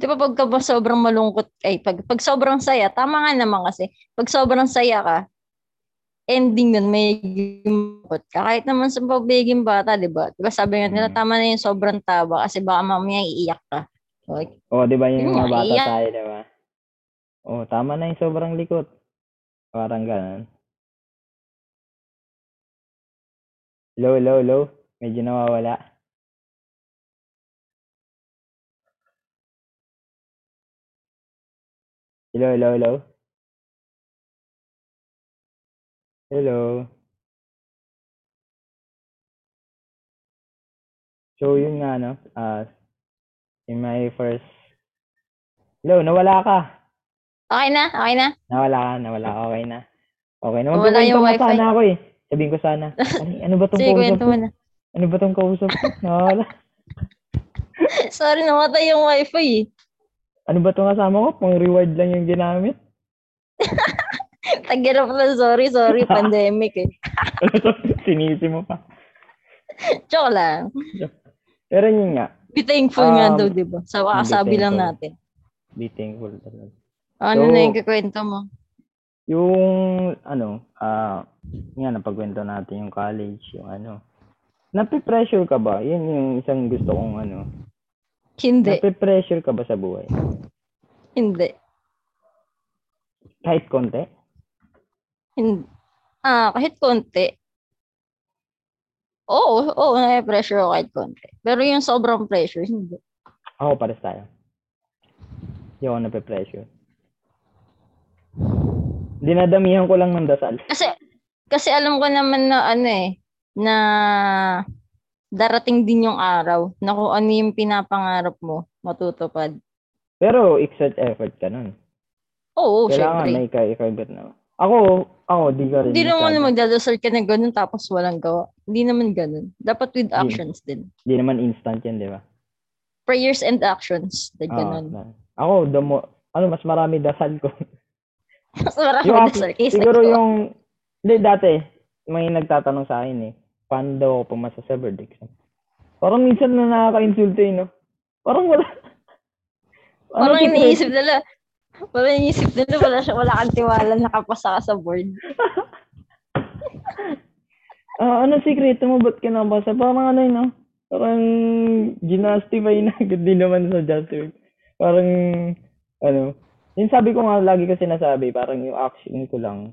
Speaker 1: Di ba pagka ba sobrang malungkot, ay pag, pag sobrang saya, tama nga naman kasi, pag sobrang saya ka, ending nun may malungkot ka. Kahit naman sa pagiging bata, di ba? Di ba sabi nga nila,
Speaker 2: Mm.
Speaker 1: tama na yung sobrang taba kasi baka mamaya iiyak ka. Okay.
Speaker 2: O, Oh, di ba
Speaker 1: Yun
Speaker 2: yung mga
Speaker 1: nga,
Speaker 2: bata
Speaker 1: iyak.
Speaker 2: tayo, di ba? O, tama na yung sobrang likot. Parang ganun. Low, low, low. Medyo nawawala. Hello, hello, hello. Hello. So, yun nga, no? Ah, in my first... Hello, nawala ka.
Speaker 1: okay na, okay na.
Speaker 2: Nawala ka, nawala ka. Okay na. Okay na.
Speaker 1: Nawala
Speaker 2: Magkukwento
Speaker 1: yung
Speaker 2: nga
Speaker 1: wifi.
Speaker 2: sana ako eh. Sabihin ko sana. Ano, ano ba tong
Speaker 1: Sige,
Speaker 2: kausap
Speaker 1: kwento
Speaker 2: ko?
Speaker 1: mo na.
Speaker 2: Ano ba tong kausap ko? Nawala.
Speaker 1: Sorry, namatay yung wifi eh.
Speaker 2: Ano ba tong kasama ko? Pang reward lang yung ginamit.
Speaker 1: Tagirap na, sorry, sorry, pandemic eh.
Speaker 2: Ano Sinisi mo pa.
Speaker 1: Joke lang.
Speaker 2: Pero yun nga.
Speaker 1: Be thankful nga
Speaker 2: Um,
Speaker 1: daw, di ba? Sa
Speaker 2: be
Speaker 1: wakasabi lang
Speaker 2: thankful.
Speaker 1: natin.
Speaker 2: Be thankful talaga.
Speaker 1: Ano
Speaker 2: So,
Speaker 1: na yung kikwento mo?
Speaker 2: Yung ano, ah, nga napagkwento natin yung college, yung ano. Napipressure ka ba? Yun yung isang gusto kong ano.
Speaker 1: Hindi,
Speaker 2: Napipressure ka ba sa buhay?
Speaker 1: hindi,
Speaker 2: Kahit konti?
Speaker 1: hindi. Ah, kahit konti. Oo, oo, na-pressure ako kahit konti. Pero yung sobrang pressure, hindi.
Speaker 2: Ako, pares tayo. Hindi ako napipressure. Dinadamihan ko lang ng dasal.
Speaker 1: Kasi, kasi alam ko naman na ano eh, na darating din yung araw na kung ano yung pinapangarap mo, matutupad.
Speaker 2: Pero, exert effort ka nun.
Speaker 1: Oo, Oh,
Speaker 2: Kailangan
Speaker 1: syempre.
Speaker 2: may ka-effort na. Ako, ako, di ka rin.
Speaker 1: Hindi naman
Speaker 2: masyado.
Speaker 1: magdadasal ka na ganun tapos walang gawa. Hindi naman ganun. Dapat with
Speaker 2: Hindi.
Speaker 1: actions din.
Speaker 2: Di naman instant yan, di ba?
Speaker 1: Prayers and actions. Like,
Speaker 2: Oo,
Speaker 1: ganun.
Speaker 2: na- ako, the mo, ano, mas marami dasal ko.
Speaker 1: Mas marami
Speaker 2: Yung-
Speaker 1: dasal kaysa
Speaker 2: Siguro
Speaker 1: gawa.
Speaker 2: yung, hindi dati, may nagtatanong sa akin eh, paano daw ako pumasa sa verdict? Parang minsan na nakaka-insulto eh, no? Parang wala.
Speaker 1: Parang
Speaker 2: si Fred?
Speaker 1: iniisip nila, parang iniisip nila, wala, siya, wala kang tiwala, nakapasa ka sa board.
Speaker 2: Ah, ano sikreto mo? Ba't ka nabasa? Parang ano yun, no? Parang ginastify na. Hindi naman sa justify. Parang, ano, yung sabi ko nga, lagi ko sinasabi, parang yung action ko lang,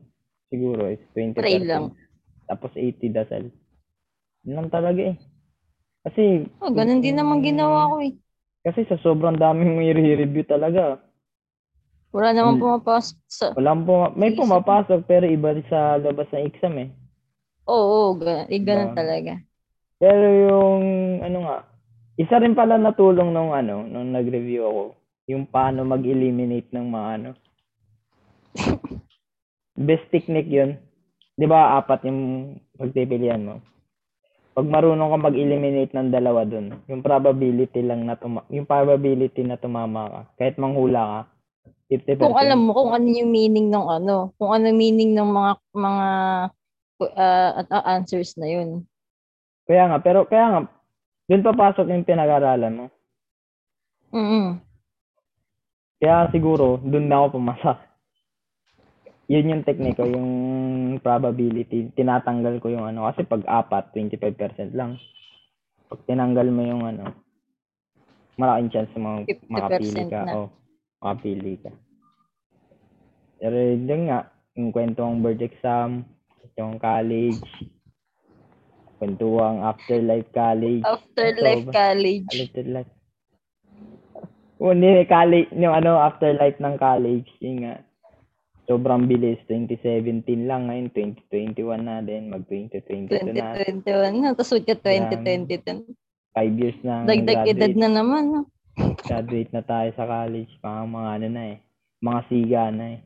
Speaker 2: siguro, is 20%.
Speaker 1: Pray lang.
Speaker 2: Tapos 80 dasal. Yun lang talaga eh. Kasi,
Speaker 1: Oh, ganun din naman
Speaker 2: Mm.
Speaker 1: ginawa ko eh.
Speaker 2: kasi sa sobrang daming may review talaga.
Speaker 1: Wala naman
Speaker 2: Hmm.
Speaker 1: pumapasok sa...
Speaker 2: Walang po, may
Speaker 1: Sige, sige.
Speaker 2: pumapasok pero iba rin sa labas ng exam eh.
Speaker 1: Oo, oh, ganun, eh, ganun
Speaker 2: Diba?
Speaker 1: talaga.
Speaker 2: Pero yung ano nga, isa rin pala natulong nung ano, nung nag-review ako, yung paano mag-eliminate ng mga ano. Best technique 'yun. 'Di ba apat yung pagpipilian mo? pag marunong kang mag-eliminate ng dalawa dun, yung probability lang na tuma- yung probability na tumama ka, kahit manghula ka, 50%.
Speaker 1: Kung alam mo kung ano yung meaning ng ano, kung ano yung meaning ng mga mga uh, at- ah, answers na yun.
Speaker 2: Kaya nga, pero kaya nga, dun papasok yung pinag-aralan mo.
Speaker 1: Mm.
Speaker 2: Kaya siguro, dun na ako pumasa. Yun yung technique ko, yung probability. Tinatanggal ko yung ano. Kasi pag apat, 25% lang. Pag tinanggal mo yung ano, malaking chance na mga,
Speaker 1: 50%
Speaker 2: makapili ka.
Speaker 1: na.
Speaker 2: O, makapili ka. Pero yun nga, yung kwento ng board exam, yung college, kwento ang afterlife college.
Speaker 1: Afterlife
Speaker 2: Ikaw ba?
Speaker 1: college.
Speaker 2: Afterlife. Oh, hindi, college, yung ano, afterlife ng college, yun nga. Sobrang bilis, 2017 lang, ngayon 2021 na din, mag 2022 na,
Speaker 1: 2021 na. Tapos ka 2022.
Speaker 2: 5 years na, ang
Speaker 1: Dagdag edad
Speaker 2: graduate,
Speaker 1: na naman. no?
Speaker 2: graduate na tayo sa college, mga mga ano na eh, mga siga na eh.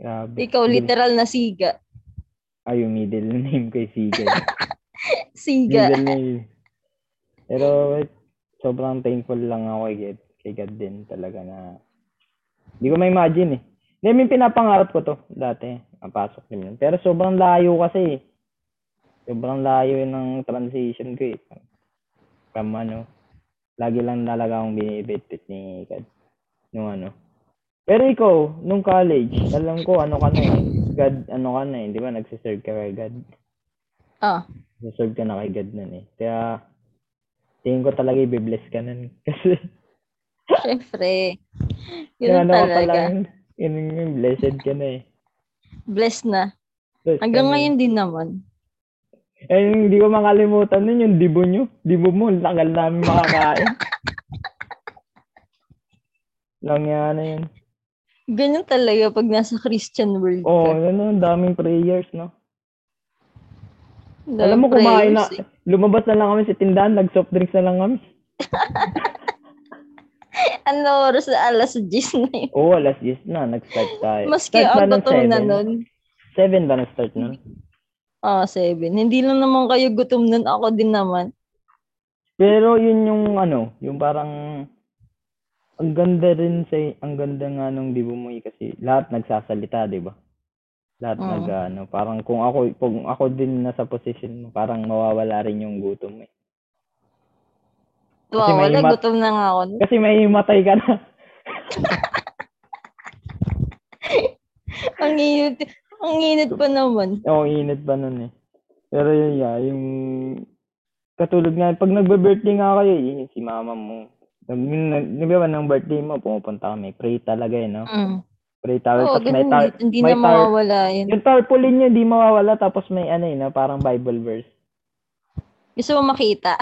Speaker 2: Grabe.
Speaker 1: Ikaw literal na siga.
Speaker 2: Ay, yung middle name kay siga. eh.
Speaker 1: Siga.
Speaker 2: Middle name. eh. Pero sobrang thankful lang ako kay God, kay God din talaga na hindi ko ma-imagine eh. Hindi, may pinapangarap ko to dati. Napasok din yun. Pero sobrang layo kasi eh. Sobrang layo yun ng transition ko eh. From ano, lagi lang talaga akong binibitbit ni God. Nung ano. Pero ikaw, nung college, alam ko ano ka na eh. God, ano ka na eh. Di ba nagsiserve ka kay God?
Speaker 1: Ah.
Speaker 2: deserve ka na kay God nun eh. Kaya, tingin ko talaga i-bless ka nun. Kasi,
Speaker 1: Siyempre. Yun
Speaker 2: ano ka pa
Speaker 1: talaga.
Speaker 2: lang, yun yung blessed ka na eh.
Speaker 1: Blessed na.
Speaker 2: Blessed ka
Speaker 1: Hanggang
Speaker 2: na eh.
Speaker 1: ngayon din naman.
Speaker 2: Eh, yung hindi ko makalimutan nun, yung dibo nyo. Dibo mo, ang tagal namin makakain. lang yan na yun.
Speaker 1: Ganyan talaga pag nasa Christian world
Speaker 2: Oo, oh,
Speaker 1: ka.
Speaker 2: ano, ang daming prayers, no?
Speaker 1: Dahil
Speaker 2: Alam mo, kumain na,
Speaker 1: prayers, eh.
Speaker 2: lumabas na lang kami sa tindahan, nag-soft drinks na lang kami.
Speaker 1: Ano oras na alas 10 na yun?
Speaker 2: Oo, Oh, alas 10 na, nag-start tayo.
Speaker 1: Maski
Speaker 2: Start ba
Speaker 1: ang
Speaker 2: ng
Speaker 1: gutom na
Speaker 2: seven?
Speaker 1: nun.
Speaker 2: 7 ba nag-start nun?
Speaker 1: Ah, 7. Hindi lang naman kayo gutom nun. Ako din naman.
Speaker 2: Pero yun yung ano, yung parang ang ganda rin sa ang ganda nga nung dibo mo eh, kasi lahat nagsasalita, 'di ba? Lahat
Speaker 1: Oo.
Speaker 2: nag ano, parang kung ako kung ako din nasa position mo, parang mawawala rin yung gutom eh.
Speaker 1: Wow,
Speaker 2: may
Speaker 1: wala.
Speaker 2: mat-
Speaker 1: Gutom na nga ako. nun.
Speaker 2: Kasi may matay ka na.
Speaker 1: Ang init. Ang init pa naman.
Speaker 2: Oo, init pa nun eh. Pero yun nga, yung katulad nga, pag nagbe-birthday nga kayo, yun, si mama mo. Nag, nag, di ba ng birthday mo, pumupunta kami. Pray talaga eh, no?
Speaker 1: Mm.
Speaker 2: Pray talaga.
Speaker 1: Oo,
Speaker 2: Tapos may,
Speaker 1: ganun.
Speaker 2: tar-
Speaker 1: hindi na
Speaker 2: may tar-
Speaker 1: mawawala yun.
Speaker 2: Yung tarpaulin niya, di mawawala. Tapos may ano yun, na parang Bible verse.
Speaker 1: Gusto mo makita?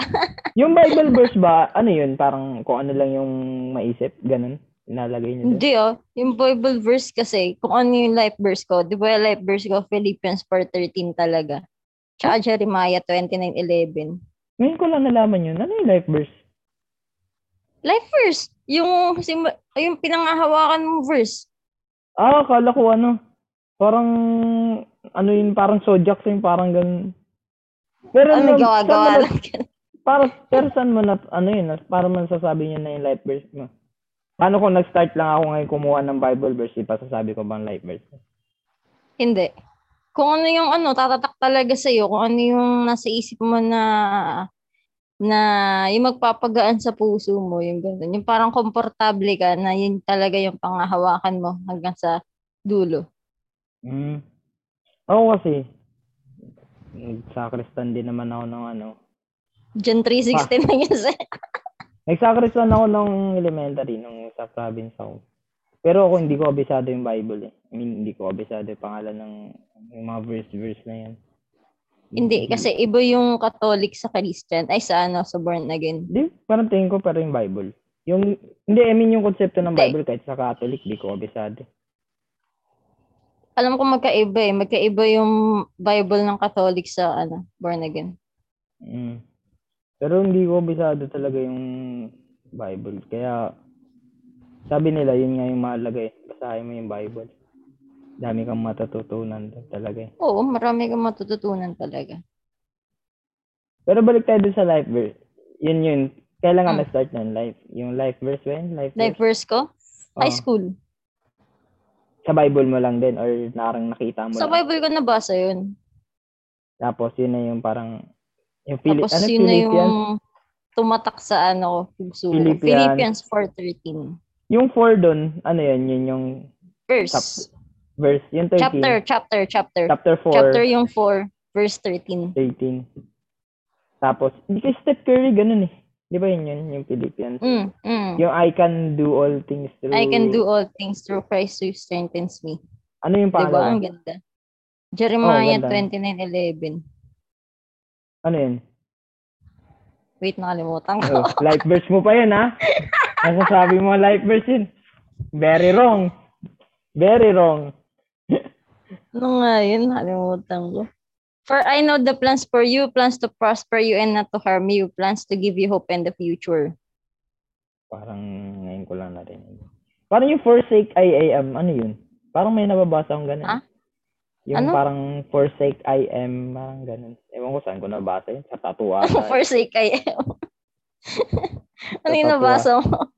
Speaker 2: Yung Bible verse ba, ano yun? Parang kung ano lang yung maisip, ganun. Inalagay niya doon.
Speaker 1: Hindi oh. Yung Bible verse kasi, kung ano yung life verse ko, di ba yung life verse ko, Philippians 4.13 talaga. Tsaka Jeremiah 29.11.
Speaker 2: Ngayon ko lang nalaman yun. Ano yung life verse?
Speaker 1: Life verse! Yung, sim- yung pinangahawakan mong verse.
Speaker 2: Ah, akala ko ano. Parang, ano yun, parang Sojak yung parang ganun. Pero
Speaker 1: Ano
Speaker 2: na- saan
Speaker 1: gawa-gawa
Speaker 2: mo na-
Speaker 1: lang.
Speaker 2: para, pero saan mo na, ano yun, na- para masasabi niya na yung life verse mo? Paano kung nag-start lang ako ngayon kumuha ng Bible verse, ipasasabi ko bang life verse?
Speaker 1: Hindi. Kung ano yung ano, tatatak talaga sa'yo, kung ano yung nasa isip mo na na yung magpapagaan sa puso mo, yung ganun. Yung parang komportable ka na yun talaga yung pangahawakan mo hanggang sa dulo.
Speaker 2: Mm. Ako kasi, nagsakristan din naman ako ng ano.
Speaker 1: John 3.16
Speaker 2: Ah.
Speaker 1: na yun sa'yo.
Speaker 2: Nagsakristan ako ng elementary, nung sa province ako. Pero ako hindi ko abisado yung Bible eh. I mean, hindi ko abisado yung pangalan ng yung mga verse-verse na yan. Mm.
Speaker 1: Hindi, kasi iba yung Catholic sa Christian. Ay, sa ano, sa born again.
Speaker 2: Hindi, parang tingin ko pero yung Bible. Yung, hindi, I mean yung konsepto ng
Speaker 1: Hindi.
Speaker 2: Bible kahit sa Catholic, hindi ko abisado.
Speaker 1: Alam ko magkaiba eh. Magkaiba yung Bible ng Catholic sa ano, born again.
Speaker 2: Mm. Pero hindi ko bisado talaga yung Bible. Kaya sabi nila yun nga yung mahalaga eh. Basahin mo yung Bible. Dami kang matututunan doon talaga eh.
Speaker 1: Oo, marami kang matututunan talaga.
Speaker 2: Pero balik tayo dun sa life verse. Yun yun. Kailan nga
Speaker 1: Mm.
Speaker 2: ma-start nun? Life, yung life verse when? Life,
Speaker 1: Life verse ko?
Speaker 2: verse?
Speaker 1: High
Speaker 2: Oo.
Speaker 1: school.
Speaker 2: Sa Bible mo lang din or narang nakita mo
Speaker 1: Sa
Speaker 2: lang.
Speaker 1: Bible ko nabasa yun.
Speaker 2: Tapos yun na yung parang yung Phili-
Speaker 1: Tapos
Speaker 2: ano,
Speaker 1: yun na yung
Speaker 2: Philippians?
Speaker 1: tumatak sa ano ko. puso ko.
Speaker 2: Philippians.
Speaker 1: Philippians 4.13.
Speaker 2: Yung 4 doon, ano yun, yun yung
Speaker 1: Verse.
Speaker 2: Chap- verse, yung 13.
Speaker 1: Chapter, chapter, chapter.
Speaker 2: Chapter 4,
Speaker 1: Chapter yung 4, verse 13.
Speaker 2: 18. Tapos, hindi kay Steph Curry, ganun eh. Di ba yun yun, yung Philippians?
Speaker 1: Mm, mm.
Speaker 2: Yung I can do all things through...
Speaker 1: I can do all things through Christ who strengthens me.
Speaker 2: Ano yung
Speaker 1: Diba?
Speaker 2: pangalawa?
Speaker 1: Ang ganda. Jeremiah
Speaker 2: Oo, ganda.
Speaker 1: 29.11.
Speaker 2: Ano yun?
Speaker 1: Wait, nakalimutan ko.
Speaker 2: Oh, life verse mo pa yun, ha? Masasabi mo life verse yun. Very wrong. Very wrong.
Speaker 1: Ano nga yun? Nakalimutan ko. For I know the plans for you, plans to prosper you and not to harm you, plans to give you hope and the future.
Speaker 2: Parang ngayon ko lang narinig. Parang yung forsake I am, ano yun? Parang may nababasa akong ganun.
Speaker 1: Ah?
Speaker 2: Yung
Speaker 1: Ano?
Speaker 2: parang forsake I am, parang ganun. Ewan ko saan ko nabasa yun. Sa tatuwa.
Speaker 1: Forsake I am. ano yung
Speaker 2: Totoo.
Speaker 1: nabasa mo?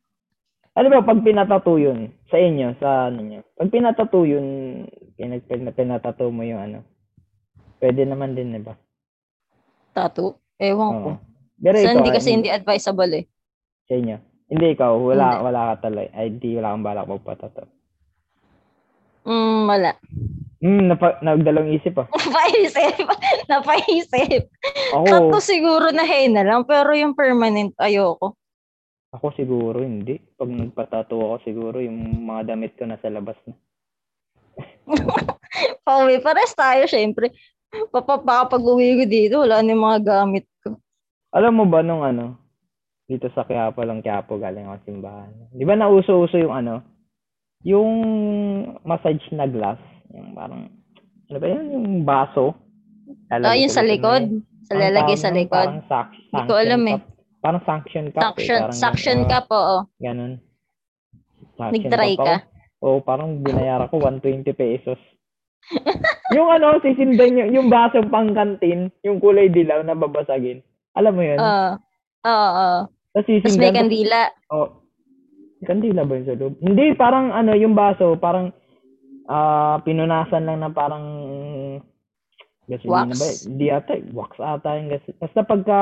Speaker 2: Ano ba, pag pinatato yun, sa inyo, sa ano nyo, pag pinatato yun, pinag, pin- pinatato mo yung ano, pwede naman din, di ba?
Speaker 1: Tattoo? Ewan ko.
Speaker 2: Oo. Pero
Speaker 1: Sa
Speaker 2: ikaw,
Speaker 1: hindi kasi
Speaker 2: ano-
Speaker 1: hindi advisable eh.
Speaker 2: sa inyo. Hindi ikaw, wala
Speaker 1: Hindi.
Speaker 2: wala ka talaga. Ay, di wala kang balak magpatato.
Speaker 1: Mm, wala.
Speaker 2: Hmm, napa, nagdalawang isip ah.
Speaker 1: Napaisip. Napaisip. Tattoo
Speaker 2: Ako,
Speaker 1: siguro na henna lang, pero yung permanent, ayoko.
Speaker 2: ako siguro hindi. Pag nagpatato ako siguro, yung mga damit ko nasa labas na.
Speaker 1: Pauwi, pares tayo syempre. Papapakapag uwi ko dito, wala na yung mga gamit ko.
Speaker 2: Alam mo ba nung ano, dito sa Quiapo lang, Quiapo galing ako simbahan. Di ba nauso-uso yung ano, yung massage na glass, yung parang, ano ba yun, yung baso.
Speaker 1: Ah,
Speaker 2: Lalagay
Speaker 1: yung sa
Speaker 2: ko eh.
Speaker 1: likod.
Speaker 2: may-
Speaker 1: Sa
Speaker 2: ang
Speaker 1: lalagay
Speaker 2: tawag
Speaker 1: sa
Speaker 2: nun,
Speaker 1: likod.
Speaker 2: Parang sac-
Speaker 1: Hindi ko alam
Speaker 2: suction
Speaker 1: eh.
Speaker 2: cup. Parang sanction cup. eh,
Speaker 1: Suction,
Speaker 2: parang
Speaker 1: suction
Speaker 2: ganun.
Speaker 1: cup, oo.
Speaker 2: Ganun.
Speaker 1: Nag-try ka?
Speaker 2: Oo, parang binayara ko 120 pesos. yung ano, sisindan yung, yung basong pang kantin, yung kulay dilaw na babasagin. Alam mo yun?
Speaker 1: Oo. Oo, oo.
Speaker 2: Tapos
Speaker 1: Tapos may
Speaker 2: sisindan.
Speaker 1: kandila.
Speaker 2: Oh, kandila ba yun sa loob? Hindi, parang ano, yung baso, parang ah pinunasan lang na parang gasolina
Speaker 1: Wax?
Speaker 2: ba? Hindi ata, wax ata yung gasolina. Basta pagka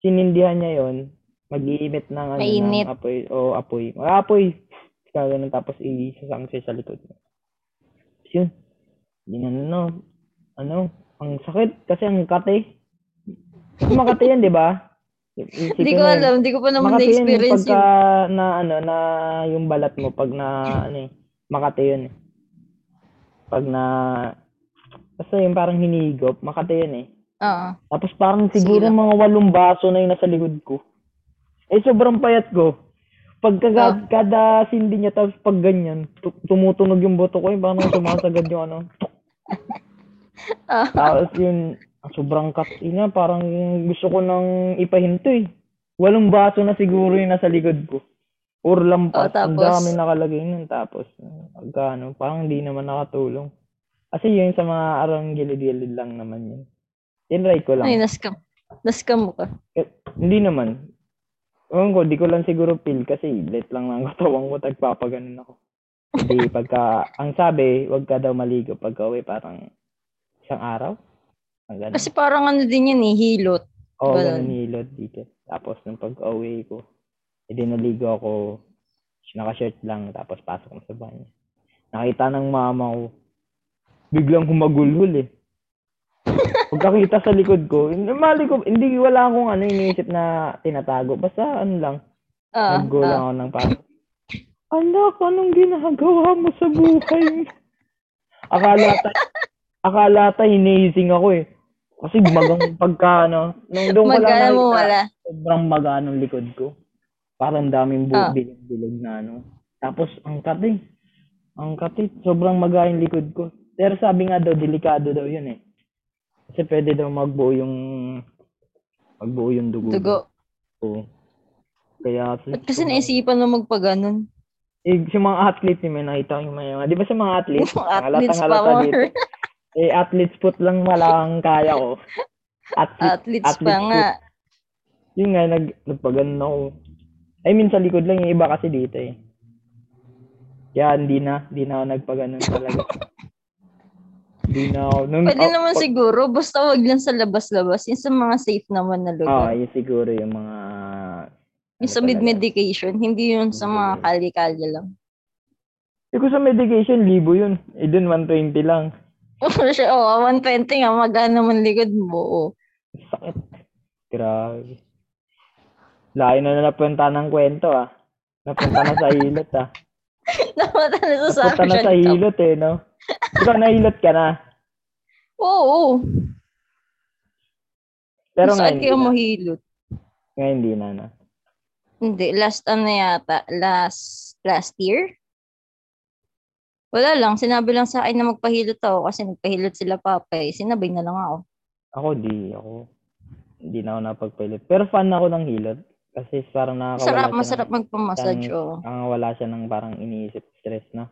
Speaker 2: sinindihan niya yon mag-iimit ng, ano,
Speaker 1: Mainit.
Speaker 2: ng apoy. O apoy. O, apoy! Kagano'n tapos isasang siya sa likod. niya. Tapos Yun. Ginano, no? Ano? Ang sakit kasi ang kate. Makati yan, di ba?
Speaker 1: Hindi ko alam, hindi ko pa naman
Speaker 2: Makati yun, eh,
Speaker 1: na-experience
Speaker 2: pagka
Speaker 1: yun.
Speaker 2: na ano na yung balat mo pag na ano eh, Makati yun eh. Pag na basta yung parang hinihigop, Makati yun eh.
Speaker 1: Oo.
Speaker 2: Tapos parang siguro
Speaker 1: Sila.
Speaker 2: mga walong baso na yung nasa likod ko. Eh sobrang payat ko. Pag
Speaker 1: Ah.
Speaker 2: kada sindi niya tapos pag ganyan, tu- tumutunog yung boto ko, yung parang sumasagad yung ano.
Speaker 1: Ah.
Speaker 2: Tapos yun, sobrang cut yun nga, parang gusto ko nang ipahinto eh. Walong baso na siguro yung nasa likod ko. Or lampas,
Speaker 1: Oh, tapos?
Speaker 2: ang dami nakalagay nun. Tapos, pagka ano, parang hindi naman nakatulong. Kasi yun sa mga arang gilid-gilid lang naman yun. Tinry ko lang.
Speaker 1: Ay, naskam. Naskam mo ka.
Speaker 2: Eh, hindi naman. Ewan ko, di ko lang siguro feel kasi late lang lang katawan ko, tagpapaganon ako. Hindi, pagka, ang sabi, wag ka daw maligo pagka uwi, parang isang araw. Ang ganun.
Speaker 1: Kasi parang ano din yan eh, hilot.
Speaker 2: Oo,
Speaker 1: ganun.
Speaker 2: ganun hilod dito. Tapos, nung pag-away ko, edi naligo ako, naka-shirt lang, tapos pasok ko sa banyo. Nakita ng mama ko, biglang humagulhol eh. Pagkakita sa likod ko, hindi- mali ko, hindi wala akong ano iniisip na tinatago. Basta ano lang,
Speaker 1: Ah,
Speaker 2: Naggulo
Speaker 1: ah.
Speaker 2: ako ng parang, anak, anong ginagawa mo sa buhay mo? Akala ta, akala ta hinihizing ako eh. Kasi magang pagka, ano, nung doon ko lang
Speaker 1: Magkano mo
Speaker 2: nakita,
Speaker 1: wala?
Speaker 2: sobrang maganong likod ko. Parang daming bu-
Speaker 1: Ah.
Speaker 2: bilog-bilog na ano. Tapos, ang kati. Ang kati. Sobrang maga yung likod ko. Pero sabi nga daw, delikado daw yun eh. Kasi pwede daw magbuo yung magbuo yung dugo.
Speaker 1: Dugo.
Speaker 2: Oo. Kaya,
Speaker 1: Ba't kasi naisipan mo magpaganon?
Speaker 2: eh, sa mga athlete ni may nakita ko yung mga, di ba sa mga athlete,
Speaker 1: Yung
Speaker 2: Ang halata-
Speaker 1: athlete's
Speaker 2: halata
Speaker 1: power.
Speaker 2: dito. eh athlete's foot lang wala ang kaya ko. At least,
Speaker 1: Athletes
Speaker 2: Athletes
Speaker 1: pa nga.
Speaker 2: yun nga, nag, nagpaganon ako. I mean, sa likod lang, yung iba kasi dito eh. Kaya hindi na, hindi na ako nagpaganon talaga. Hindi na ako. Nung,
Speaker 1: Pwede
Speaker 2: oh,
Speaker 1: naman
Speaker 2: pag-
Speaker 1: siguro, basta wag lang sa labas-labas. Yung sa mga safe naman na
Speaker 2: Ah,
Speaker 1: lugar.
Speaker 2: yun siguro yung mga...
Speaker 1: yung sa
Speaker 2: ano
Speaker 1: with
Speaker 2: talaga.
Speaker 1: medication, hindi yun sa mga kali-kali lang.
Speaker 2: Eh, kung sa medication, libo yun. Eh, dun, 120 lang.
Speaker 1: Siya, oh, 120 nga, magkano man likod mo. Oh.
Speaker 2: Sakit. Grabe. Layo na na napunta ng kwento ah. Napunta na sa hilot ah.
Speaker 1: Napunta na ano sa
Speaker 2: Napunta na sa
Speaker 1: social club.
Speaker 2: hilot eh, no? Ikaw, nahilot ka na.
Speaker 1: Oo. oo.
Speaker 2: Pero
Speaker 1: Saan
Speaker 2: ngayon,
Speaker 1: kayo
Speaker 2: hindi na.
Speaker 1: mahilot?
Speaker 2: Ngayon, hindi na na.
Speaker 1: Hindi, last ano yata, last last year? Wala lang, sinabi lang sa akin na magpahilot ako kasi nagpahilot sila papa eh. Sinabay na lang ako.
Speaker 2: Ako, di. Ako, hindi na ako napagpilot. Pero fan ako ng hilot. Kasi parang nakakawala
Speaker 1: Masarap, masarap magpamassage. Oh.
Speaker 2: Isang- Ang wala siya ng parang iniisip stress na.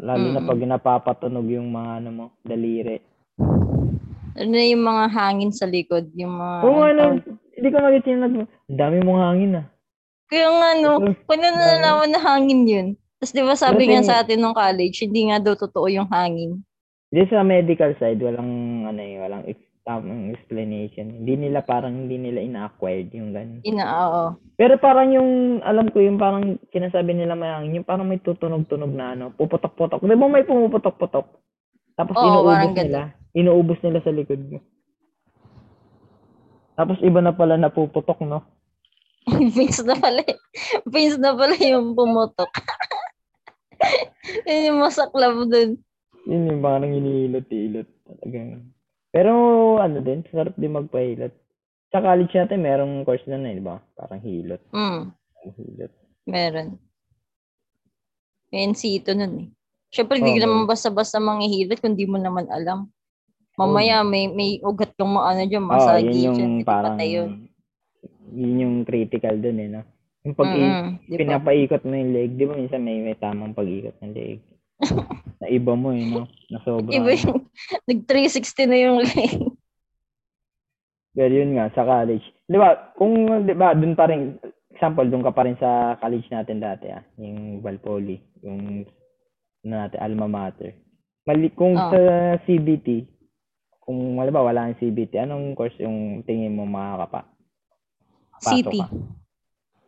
Speaker 2: Lalo na
Speaker 1: Mm.
Speaker 2: pag napapatunog yung mga ano mo, daliri.
Speaker 1: Ano na yung mga hangin sa likod, yung mga...
Speaker 2: Oo nga,
Speaker 1: tawag-
Speaker 2: no, hindi ko magit yung nag... Ang dami mong hangin ah.
Speaker 1: Kaya nga no, kung ano nalaman na hangin yun. Tapos di ba sabi
Speaker 2: Pero
Speaker 1: nga
Speaker 2: tin-
Speaker 1: sa atin nung college, hindi nga daw totoo yung hangin.
Speaker 2: Hindi sa medical side, walang ano eh, walang ex- tamang explanation. Hindi nila parang hindi nila ina-acquired yung ganun.
Speaker 1: Ina, oo.
Speaker 2: Pero parang yung alam ko yung parang kinasabi nila may hangin, yung parang may tutunog-tunog na ano, puputok-putok. Di ba may pumuputok-putok? Tapos
Speaker 1: Oo,
Speaker 2: inuubos
Speaker 1: parang ganun.
Speaker 2: nila. Inuubos nila sa likod mo. Tapos iba na pala napuputok, no?
Speaker 1: Vince na pala. eh. Vince na pala yung pumotok. yun yung masaklap dun.
Speaker 2: Yun yung parang inihilot-hilot talagang. Pero ano din, sarap din magpahilot. Sa college natin, merong course na na, eh, di ba? Parang hilot.
Speaker 1: Mm,
Speaker 2: hilot.
Speaker 1: meron. May NCITO nun eh. Siyempre, hindi
Speaker 2: Oo,
Speaker 1: ka naman
Speaker 2: meron.
Speaker 1: basta-basta manghihilot kung di mo naman alam. Mamaya, may may ugat kang maano dyan,
Speaker 2: Oo,
Speaker 1: masagi
Speaker 2: Ah, yun yung
Speaker 1: dyan. Hindi
Speaker 2: parang,
Speaker 1: patay yun.
Speaker 2: yun. yung critical dun eh, no? Yung pag i-
Speaker 1: Mm-mm, di ba?
Speaker 2: pinapaikot mo yung leg, di ba minsan may, may tamang pag-ikot ng leg? na iba mo eh, no? Na sobra.
Speaker 1: Iba yung, nag-360 na yung leg.
Speaker 2: Pero yun nga, sa college. Di ba, kung, di ba, dun pa rin, example, dun ka pa rin sa college natin dati, ah, yung Valpoly, yung, ano natin, alma mater. Mali, kung
Speaker 1: Ah.
Speaker 2: sa CBT, kung, wala ba, wala ang CBT, anong course yung tingin mo makakapa? Pasok
Speaker 1: City.
Speaker 2: ka.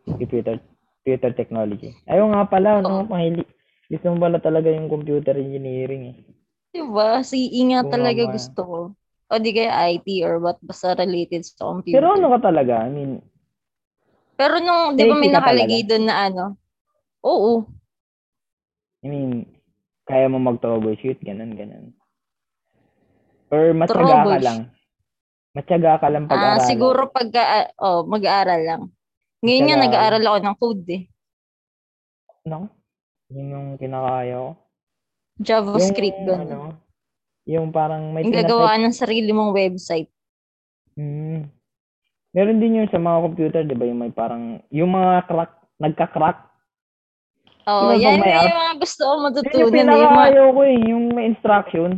Speaker 2: Computer, computer technology. Ayaw nga pala, no,
Speaker 1: Oo.
Speaker 2: mahili. Gusto mo pala talaga yung computer engineering eh.
Speaker 1: Diba? CE nga
Speaker 2: Oo
Speaker 1: talaga
Speaker 2: ano nga.
Speaker 1: gusto ko. O di kaya IT or what basta related sa computer.
Speaker 2: Pero ano ka talaga? I mean,
Speaker 1: Pero nung, di ba may
Speaker 2: Safety ka
Speaker 1: nakalagay doon na ano? Oo.
Speaker 2: I mean, kaya mo mag-troubleshoot, ganun, ganun. Or matyaga ka
Speaker 1: Troubleshoot.
Speaker 2: lang. Matyaga ka lang
Speaker 1: Ah,
Speaker 2: pag-aralan.
Speaker 1: siguro pag oh, mag-aaral lang. Ngayon nga
Speaker 2: Pag-aaral.
Speaker 1: nag-aaral ako ng code eh.
Speaker 2: No? Yun yung kinakaya ko.
Speaker 1: JavaScript
Speaker 2: yung,
Speaker 1: ganun.
Speaker 2: ano, yung parang may
Speaker 1: Yung gagawa ka ng sarili mong website.
Speaker 2: Mm. Meron din yun sa mga computer, di ba? Yung may parang, yung mga crack, nagka-crack.
Speaker 1: Oo, Oh,
Speaker 2: Yung
Speaker 1: yan
Speaker 2: may
Speaker 1: yung,
Speaker 2: ar-
Speaker 1: mga gusto ko
Speaker 2: Yun yung
Speaker 1: matutunan. eh. Yung mga,
Speaker 2: pinakaayo ko eh, yung may instruction.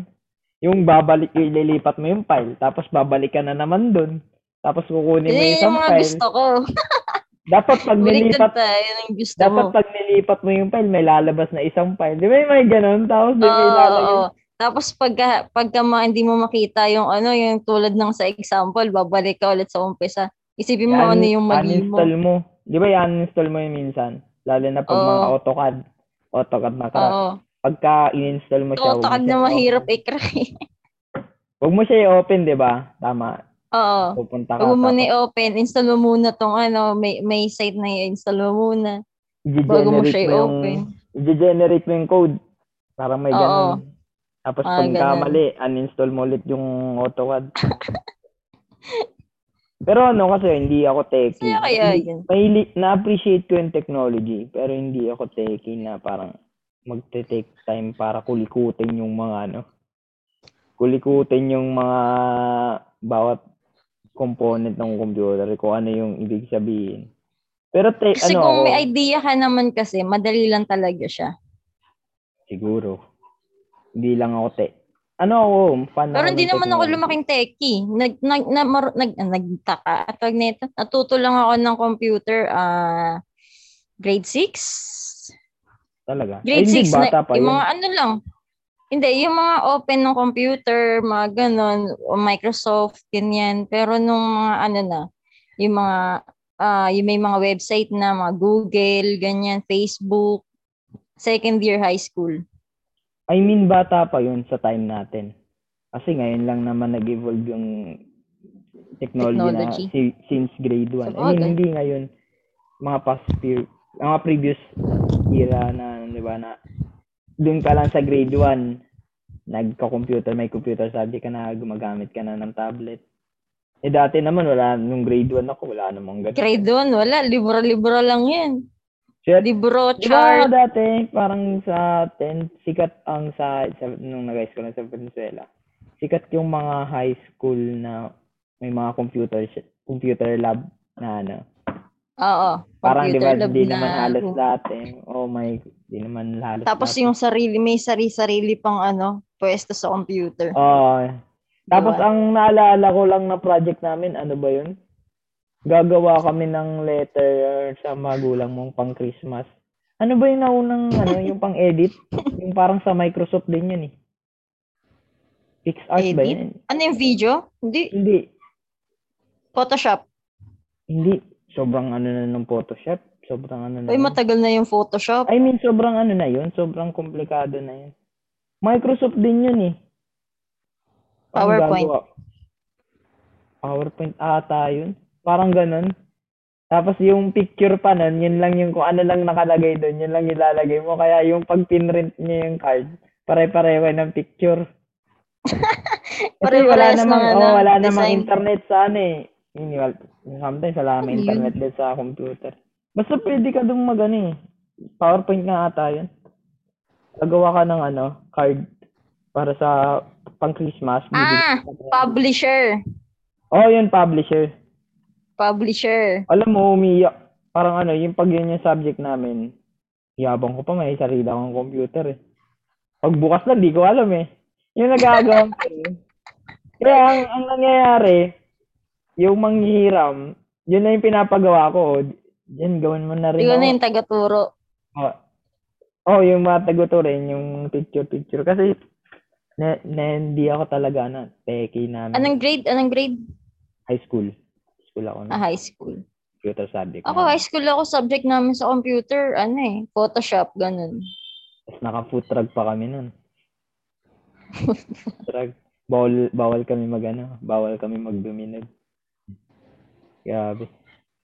Speaker 2: Yung babalik, yung ililipat mo yung file, tapos babalik ka na naman dun. Tapos kukunin
Speaker 1: yun
Speaker 2: mo yung
Speaker 1: yung
Speaker 2: isang
Speaker 1: Eh, mga
Speaker 2: file.
Speaker 1: gusto ko.
Speaker 2: Dapat pag
Speaker 1: Baliktad
Speaker 2: nilipat
Speaker 1: tayo ng gusto mo.
Speaker 2: Dapat pag nilipat mo yung file, may lalabas na isang file. Di ba yung may ganun? Tapos di may
Speaker 1: Oo,
Speaker 2: lalagay.
Speaker 1: oo. Tapos pagka, pagka ma, hindi mo makita yung ano, yung tulad ng sa example, babalik ka ulit sa umpisa. Isipin mo
Speaker 2: I-un-
Speaker 1: ano yung mali mo.
Speaker 2: uninstall mo. Di ba i-uninstall mo yun minsan? Lalo na pag
Speaker 1: Oo.
Speaker 2: mga AutoCAD. AutoCAD na crack.
Speaker 1: Oo.
Speaker 2: Pagka i-install mo siya,
Speaker 1: Totakad na mahirap eh. i-crack.
Speaker 2: Huwag mo siya i-open, di ba? Tama.
Speaker 1: Oo.
Speaker 2: Pupunta ka.
Speaker 1: Huwag mo muna
Speaker 2: tapos
Speaker 1: i-open. Install mo muna tong ano, may, may site na i-install mo muna. Bago mo
Speaker 2: i-generate
Speaker 1: siya
Speaker 2: yung,
Speaker 1: i-open.
Speaker 2: i-generate mo yung code. Parang may
Speaker 1: Oo.
Speaker 2: ganun. Tapos
Speaker 1: Ah,
Speaker 2: pag
Speaker 1: ganun.
Speaker 2: kamali, uninstall mo ulit yung AutoCAD. Pero ano kasi, hindi ako techie.
Speaker 1: Kaya kaya
Speaker 2: Hindi-
Speaker 1: yun.
Speaker 2: Mahili, na-appreciate ko yung technology, pero hindi ako techie na parang magte-take time para kulikutin yung mga ano. Kulikutin yung mga bawat component ng computer, kung ano yung ibig sabihin. Pero te,
Speaker 1: Kasi
Speaker 2: ano
Speaker 1: kung
Speaker 2: ako,
Speaker 1: may idea ka naman kasi, madali lang talaga siya.
Speaker 2: siguro, hindi lang ako te. Ano ako, fan
Speaker 1: Pero hindi
Speaker 2: ng
Speaker 1: naman ako
Speaker 2: technology.
Speaker 1: lumaking techie. Nag, nag, na, mar, nag, ah, nagtaka. At tawag nito, natuto lang ako ng computer ah grade 6.
Speaker 2: Talaga. Ay,
Speaker 1: Grade
Speaker 2: hindi,
Speaker 1: 6
Speaker 2: bata
Speaker 1: na,
Speaker 2: pa
Speaker 1: yung
Speaker 2: yun.
Speaker 1: mga ano lang. Hindi, yung mga open ng computer, mga ganun, o Microsoft, ganyan. Pero nung mga ano na, yung mga, ah yung may mga website na, mga Google, ganyan, Facebook, second year high school.
Speaker 2: I mean, bata pa yun sa time natin. Kasi ngayon lang naman nag-evolve yung technology,
Speaker 1: Technology.
Speaker 2: na si- since grade 1. I mean,
Speaker 1: Sabagay.
Speaker 2: hindi ngayon mga past few, mga previous era na, di ba, na dun ka lang sa grade 1, nagka-computer, may computer subject ka na, gumagamit ka na ng tablet. Eh dati naman, wala, nung grade 1 ako, wala namang ganun.
Speaker 1: Grade 1, wala, libro-libro lang yan.
Speaker 2: Shit.
Speaker 1: Libro,
Speaker 2: Di ba
Speaker 1: chart,
Speaker 2: dati, parang sa 10, sikat ang sa, sa nung nag-high school na sa Venezuela, sikat yung mga high school na may mga computer sh- computer lab na ano.
Speaker 1: oo.
Speaker 2: Parang di ba,
Speaker 1: computer lab
Speaker 2: di
Speaker 1: na-
Speaker 2: naman halos lahat eh. Oh my, di naman halos
Speaker 1: Tapos
Speaker 2: lahat.
Speaker 1: yung sarili, may sarili-sarili pang ano, pwesto sa computer.
Speaker 2: Oo.
Speaker 1: Di
Speaker 2: tapos
Speaker 1: ba?
Speaker 2: ang naalala ko lang na project namin, ano ba yun? Gagawa kami ng letter sa magulang mong pang Christmas. Ano ba yung naunang, ano, yung pang edit? Yung parang sa Microsoft din yun eh. PixArt ba
Speaker 1: Edit?
Speaker 2: yun?
Speaker 1: Ano yung video? Hindi,
Speaker 2: Hindi.
Speaker 1: Photoshop.
Speaker 2: Hindi. Sobrang ano na ng Photoshop. Sobrang ano na.
Speaker 1: Uy,
Speaker 2: yun.
Speaker 1: matagal na yung Photoshop.
Speaker 2: I mean, sobrang ano na yun. Sobrang komplikado na yun. Microsoft din yun eh. Ang
Speaker 1: PowerPoint.
Speaker 2: gagawa- PowerPoint ata yun. Parang ganun. Tapos yung picture pa nun, yun lang yung kung ano lang nakalagay doon, yun lang ilalagay mo. Kaya yung pag pinrint niya yung card, pare-pareho kayo ng picture. Kasi wala
Speaker 1: Pare-parehas
Speaker 2: namang,
Speaker 1: ng,
Speaker 2: oh,
Speaker 1: ano,
Speaker 2: wala
Speaker 1: design.
Speaker 2: namang internet sa ano eh. Yun, wal- sometimes wala namang
Speaker 1: Ano yun?
Speaker 2: internet din sa computer. Basta pwede ka doon mag ano eh. PowerPoint nga ata yun. Gagawa ka ng ano, card para sa pang Christmas.
Speaker 1: Ah, Publisher.
Speaker 2: Oh, yun, publisher.
Speaker 1: Publisher.
Speaker 2: Alam mo, umiyak. Parang ano, yung pag yun yung subject namin, yabang ko pa, may sarili akong computer eh. Pagbukas lang, di ko alam eh. Yung nagagawa ko eh. Kaya ang, ang nangyayari, yung manghihiram, yun na yung pinapagawa ko. oh. Yan, gawin mo na rin.
Speaker 1: Di ko
Speaker 2: ako.
Speaker 1: na yung taga-turo.
Speaker 2: Oh, oh yung mga taguto rin, yung picture-picture. Kasi, na, na- hindi ako talaga, ano, peki namin.
Speaker 1: Anong grade? Anong grade?
Speaker 2: High school. School ako na.
Speaker 1: Ah, high school.
Speaker 2: Hmm. Computer subject.
Speaker 1: Ako, high school ako. Subject namin sa computer, ano eh, Photoshop, ganun.
Speaker 2: Tapos naka-food truck pa kami nun. Food truck. Bawal, bawal kami mag ano, bawal kami magduminag. Grabe.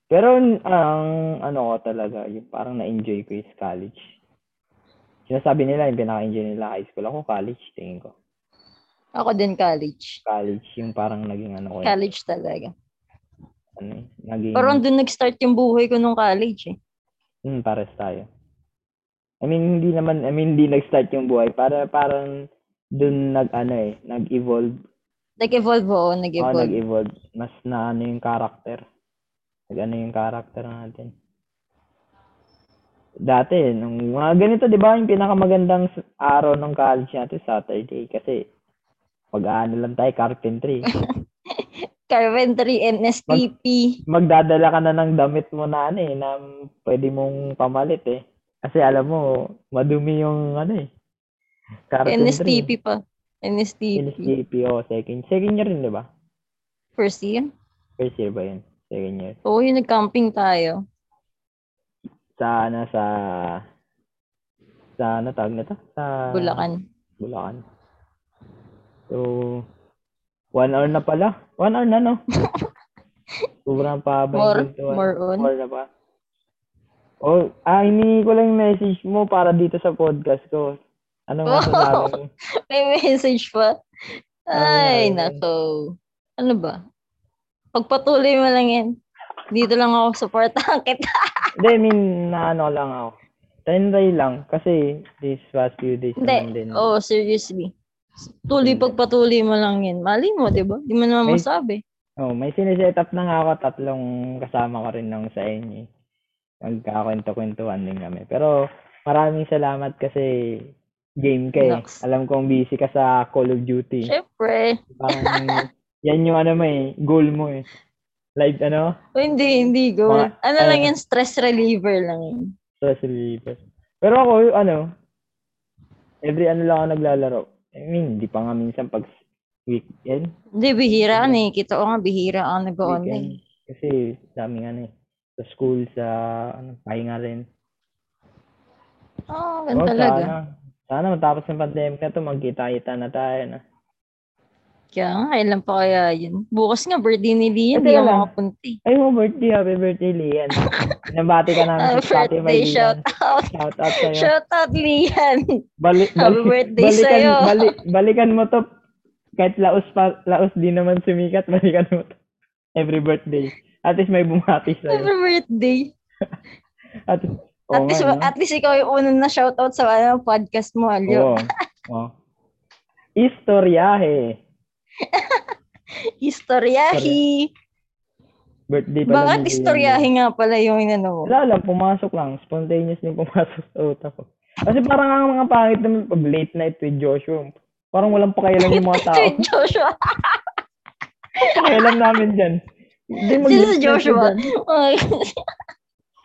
Speaker 2: Pero n- ang ano ko talaga, yung parang na-enjoy ko is college. Sinasabi nila, yung pinaka-enjoy nila high school. Ako college, tingin ko.
Speaker 1: Ako din college.
Speaker 2: College, yung parang naging ano ko. eh,
Speaker 1: College talaga.
Speaker 2: Ano, eh, naging,
Speaker 1: Parang doon nag-start yung buhay ko nung college eh.
Speaker 2: hmm, pares tayo. I mean, hindi naman, I mean, hindi nag-start yung buhay. Para, parang dun nag, ano eh, nag-evolve
Speaker 1: Nag-evolve ako,
Speaker 2: Oo,
Speaker 1: nag-evolve.
Speaker 2: Oh, Ah, nag-evolve. Mas na ano yung character. Nag ano yung character natin. Dati, nung mga ganito, di ba, yung pinakamagandang s- araw ng college natin, Saturday. Kasi, pag ano lang tayo, carpentry.
Speaker 1: Carpentry, NSPP.
Speaker 2: Magdadala ka na ng damit mo na ano eh, na pwede mong pamalit eh. Kasi alam mo, madumi yung ano eh.
Speaker 1: NSTP pa. NSTP.
Speaker 2: NSTP, oh, second. Second year rin, di ba?
Speaker 1: First year?
Speaker 2: First year ba yun? Second year.
Speaker 1: Oo, yung nag-camping tayo.
Speaker 2: sa ano sa sa ano tawag na to? Sa
Speaker 1: Bulacan.
Speaker 2: Bulacan. So one hour na pala. One hour na no. Sobrang pa ba
Speaker 1: More, more on.
Speaker 2: more na pa. Oh, ah, hiningi ko lang yung message mo para dito sa podcast ko. Ano
Speaker 1: Oh.
Speaker 2: nga sasabi mo?
Speaker 1: May message pa. Ay,
Speaker 2: Ay,
Speaker 1: nako. Ano ba? Pagpatuloy mo lang yan. Dito lang ako supportahan kita.
Speaker 2: Hindi, I mean, na ano lang ako. Tenray lang. Kasi this past few days naman
Speaker 1: Hindi.
Speaker 2: din.
Speaker 1: Oh, seriously. Tuloy
Speaker 2: Hmm.
Speaker 1: pagpatuloy mo lang yan. Mali mo, di ba? Di mo naman
Speaker 2: May-
Speaker 1: masabi.
Speaker 2: Oh, may sineset up na nga ako tatlong kasama ko rin nung sa inyo. eh. Magkakwento-kwentuhan din kami. Pero maraming salamat kasi game ka eh.
Speaker 1: Relax.
Speaker 2: Alam kong busy ka sa Call of Duty.
Speaker 1: Siyempre.
Speaker 2: Parang, yan yung ano mo eh, goal mo eh. Live ano,
Speaker 1: O, hindi, hindi. Go. ano
Speaker 2: Mga- ano?
Speaker 1: lang yan, stress reliever lang yun.
Speaker 2: stress reliever. Pero ako, ano, every ano lang ako naglalaro. I mean, hindi pa nga minsan pag weekend.
Speaker 1: Hindi, bihira ka na eh. Kita ko nga, bihira ka nag-online.
Speaker 2: weekend. Kasi daming ano eh. Sa school, sa ano, pahinga rin.
Speaker 1: Oo, oh, ganun
Speaker 2: Oh,
Speaker 1: talaga.
Speaker 2: Sana, sana matapos ng pandemic na to, magkita-kita na tayo na.
Speaker 1: Kaya nga, kailan pa kaya yun? Bukas nga, birthday ni Lian.
Speaker 2: Hindi
Speaker 1: Hindi ako
Speaker 2: lang.
Speaker 1: makapunti.
Speaker 2: Ay, oh, birthday. Happy birthday, Lian. Nabati ka namin
Speaker 1: Happy
Speaker 2: sa Spotify,
Speaker 1: Ah, birthday,
Speaker 2: Lian.
Speaker 1: shout out.
Speaker 2: Shout out sa'yo.
Speaker 1: Shout out, Lian.
Speaker 2: Bali,
Speaker 1: Happy
Speaker 2: bali-
Speaker 1: birthday
Speaker 2: balikan,
Speaker 1: sa'yo.
Speaker 2: bali- balikan mo to. Kahit laos, pa, laos din naman sumikat, balikan mo to. Every birthday. At least may bumati sa'yo.
Speaker 1: Happy birthday.
Speaker 2: At, least,
Speaker 1: At
Speaker 2: oo
Speaker 1: least,
Speaker 2: nga, no?
Speaker 1: at least ikaw yung unang na shout out sa ano, podcast mo, Alyo.
Speaker 2: Oo. Oo. Istoryahe.
Speaker 1: Istoryahi.
Speaker 2: Birthday pala.
Speaker 1: Bakit
Speaker 2: ni Lian.
Speaker 1: istoryahi nga pala yung inano mo?
Speaker 2: Wala lang, pumasok lang. Spontaneous yung pumasok sa utak ko. Kasi parang ang mga pangit naman pag late night with Joshua. Parang walang pakialam yung mga tao.
Speaker 1: Si Joshua.
Speaker 2: pakialam namin dyan. Hindi mag-
Speaker 1: Sino si Joshua? Ay,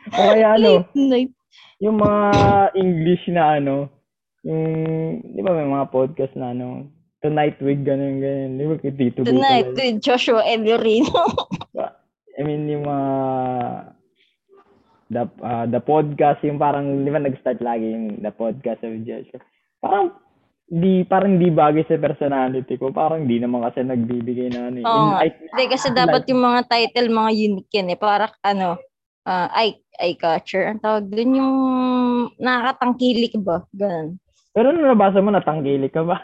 Speaker 2: O kaya ano,
Speaker 1: late night.
Speaker 2: yung mga English na ano, yung, di ba may mga podcast na ano, Tonight with ganun, ganun. Di ba kay Tito Bicol?
Speaker 1: Tonight with Joshua Everino.
Speaker 2: I mean, yung mga the, ah, the podcast, yung parang, di ba nag-start lagi yung the podcast of Joshua. Parang, di, parang di bagay sa personality ko. Parang di naman kasi nagbibigay na ano. eh.
Speaker 1: Oo nga.
Speaker 2: Insight.
Speaker 1: Hindi, kasi dapat yung mga title, mga unique yan eh. Para ano, ah, eye, eye catcher. Ang tawag dun yung nakakatangkilik ba? Ganun.
Speaker 2: Pero nung nabasa mo, natanggilik ka ba?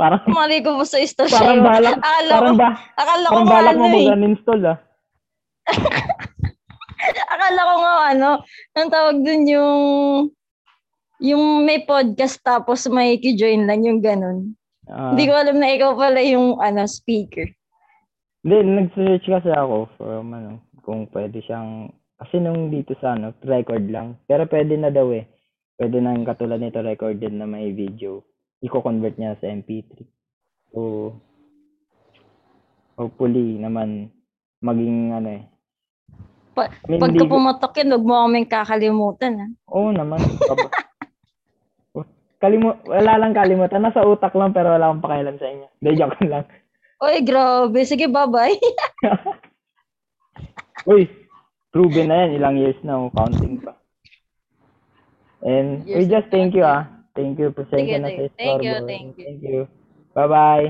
Speaker 2: parang,
Speaker 1: Mali ko po sa istorya yun.
Speaker 2: parang balak,
Speaker 1: Akala ko,
Speaker 2: parang, ba,
Speaker 1: akala ko
Speaker 2: parang
Speaker 1: nga
Speaker 2: balak
Speaker 1: ano
Speaker 2: mo
Speaker 1: eh.
Speaker 2: mag-uninstall ah.
Speaker 1: Akala ko nga ano, ang tawag dun yung yung may podcast tapos may join lang yung ganun.
Speaker 2: Ah.
Speaker 1: Hindi ko alam na ikaw pala yung ano speaker.
Speaker 2: Hindi, nag-search kasi ako from ano, kung pwede siyang, kasi nung dito sa ano, record lang. Pero pwede na daw eh. Pwede na yung katulad nito recorded na may video. Iko-convert niya sa MP3. So, hopefully naman maging ano eh.
Speaker 1: Pa-
Speaker 2: I mean,
Speaker 1: Pagka
Speaker 2: hindi-
Speaker 1: pumatok yan, huwag mo kaming kakalimutan. ah. Ha?
Speaker 2: Oo naman. Kaba- Kalimu wala lang kalimutan. Nasa utak lang pero wala akong pakialam sa inyo. Hindi, joke lang.
Speaker 1: Oy, grabe. Sige, bye-bye.
Speaker 2: Uy, proven na yan. Ilang years na, oh, counting pa. And we
Speaker 1: Years
Speaker 2: just
Speaker 1: na
Speaker 2: thank you,
Speaker 1: counting.
Speaker 2: ah. Thank you,
Speaker 1: Sige,
Speaker 2: presensya na sa
Speaker 1: thank- thank you,
Speaker 2: istorbo.
Speaker 1: thank you.
Speaker 2: Thank you. Bye-bye.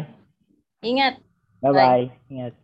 Speaker 1: Ingat.
Speaker 2: Bye-bye. Ingat.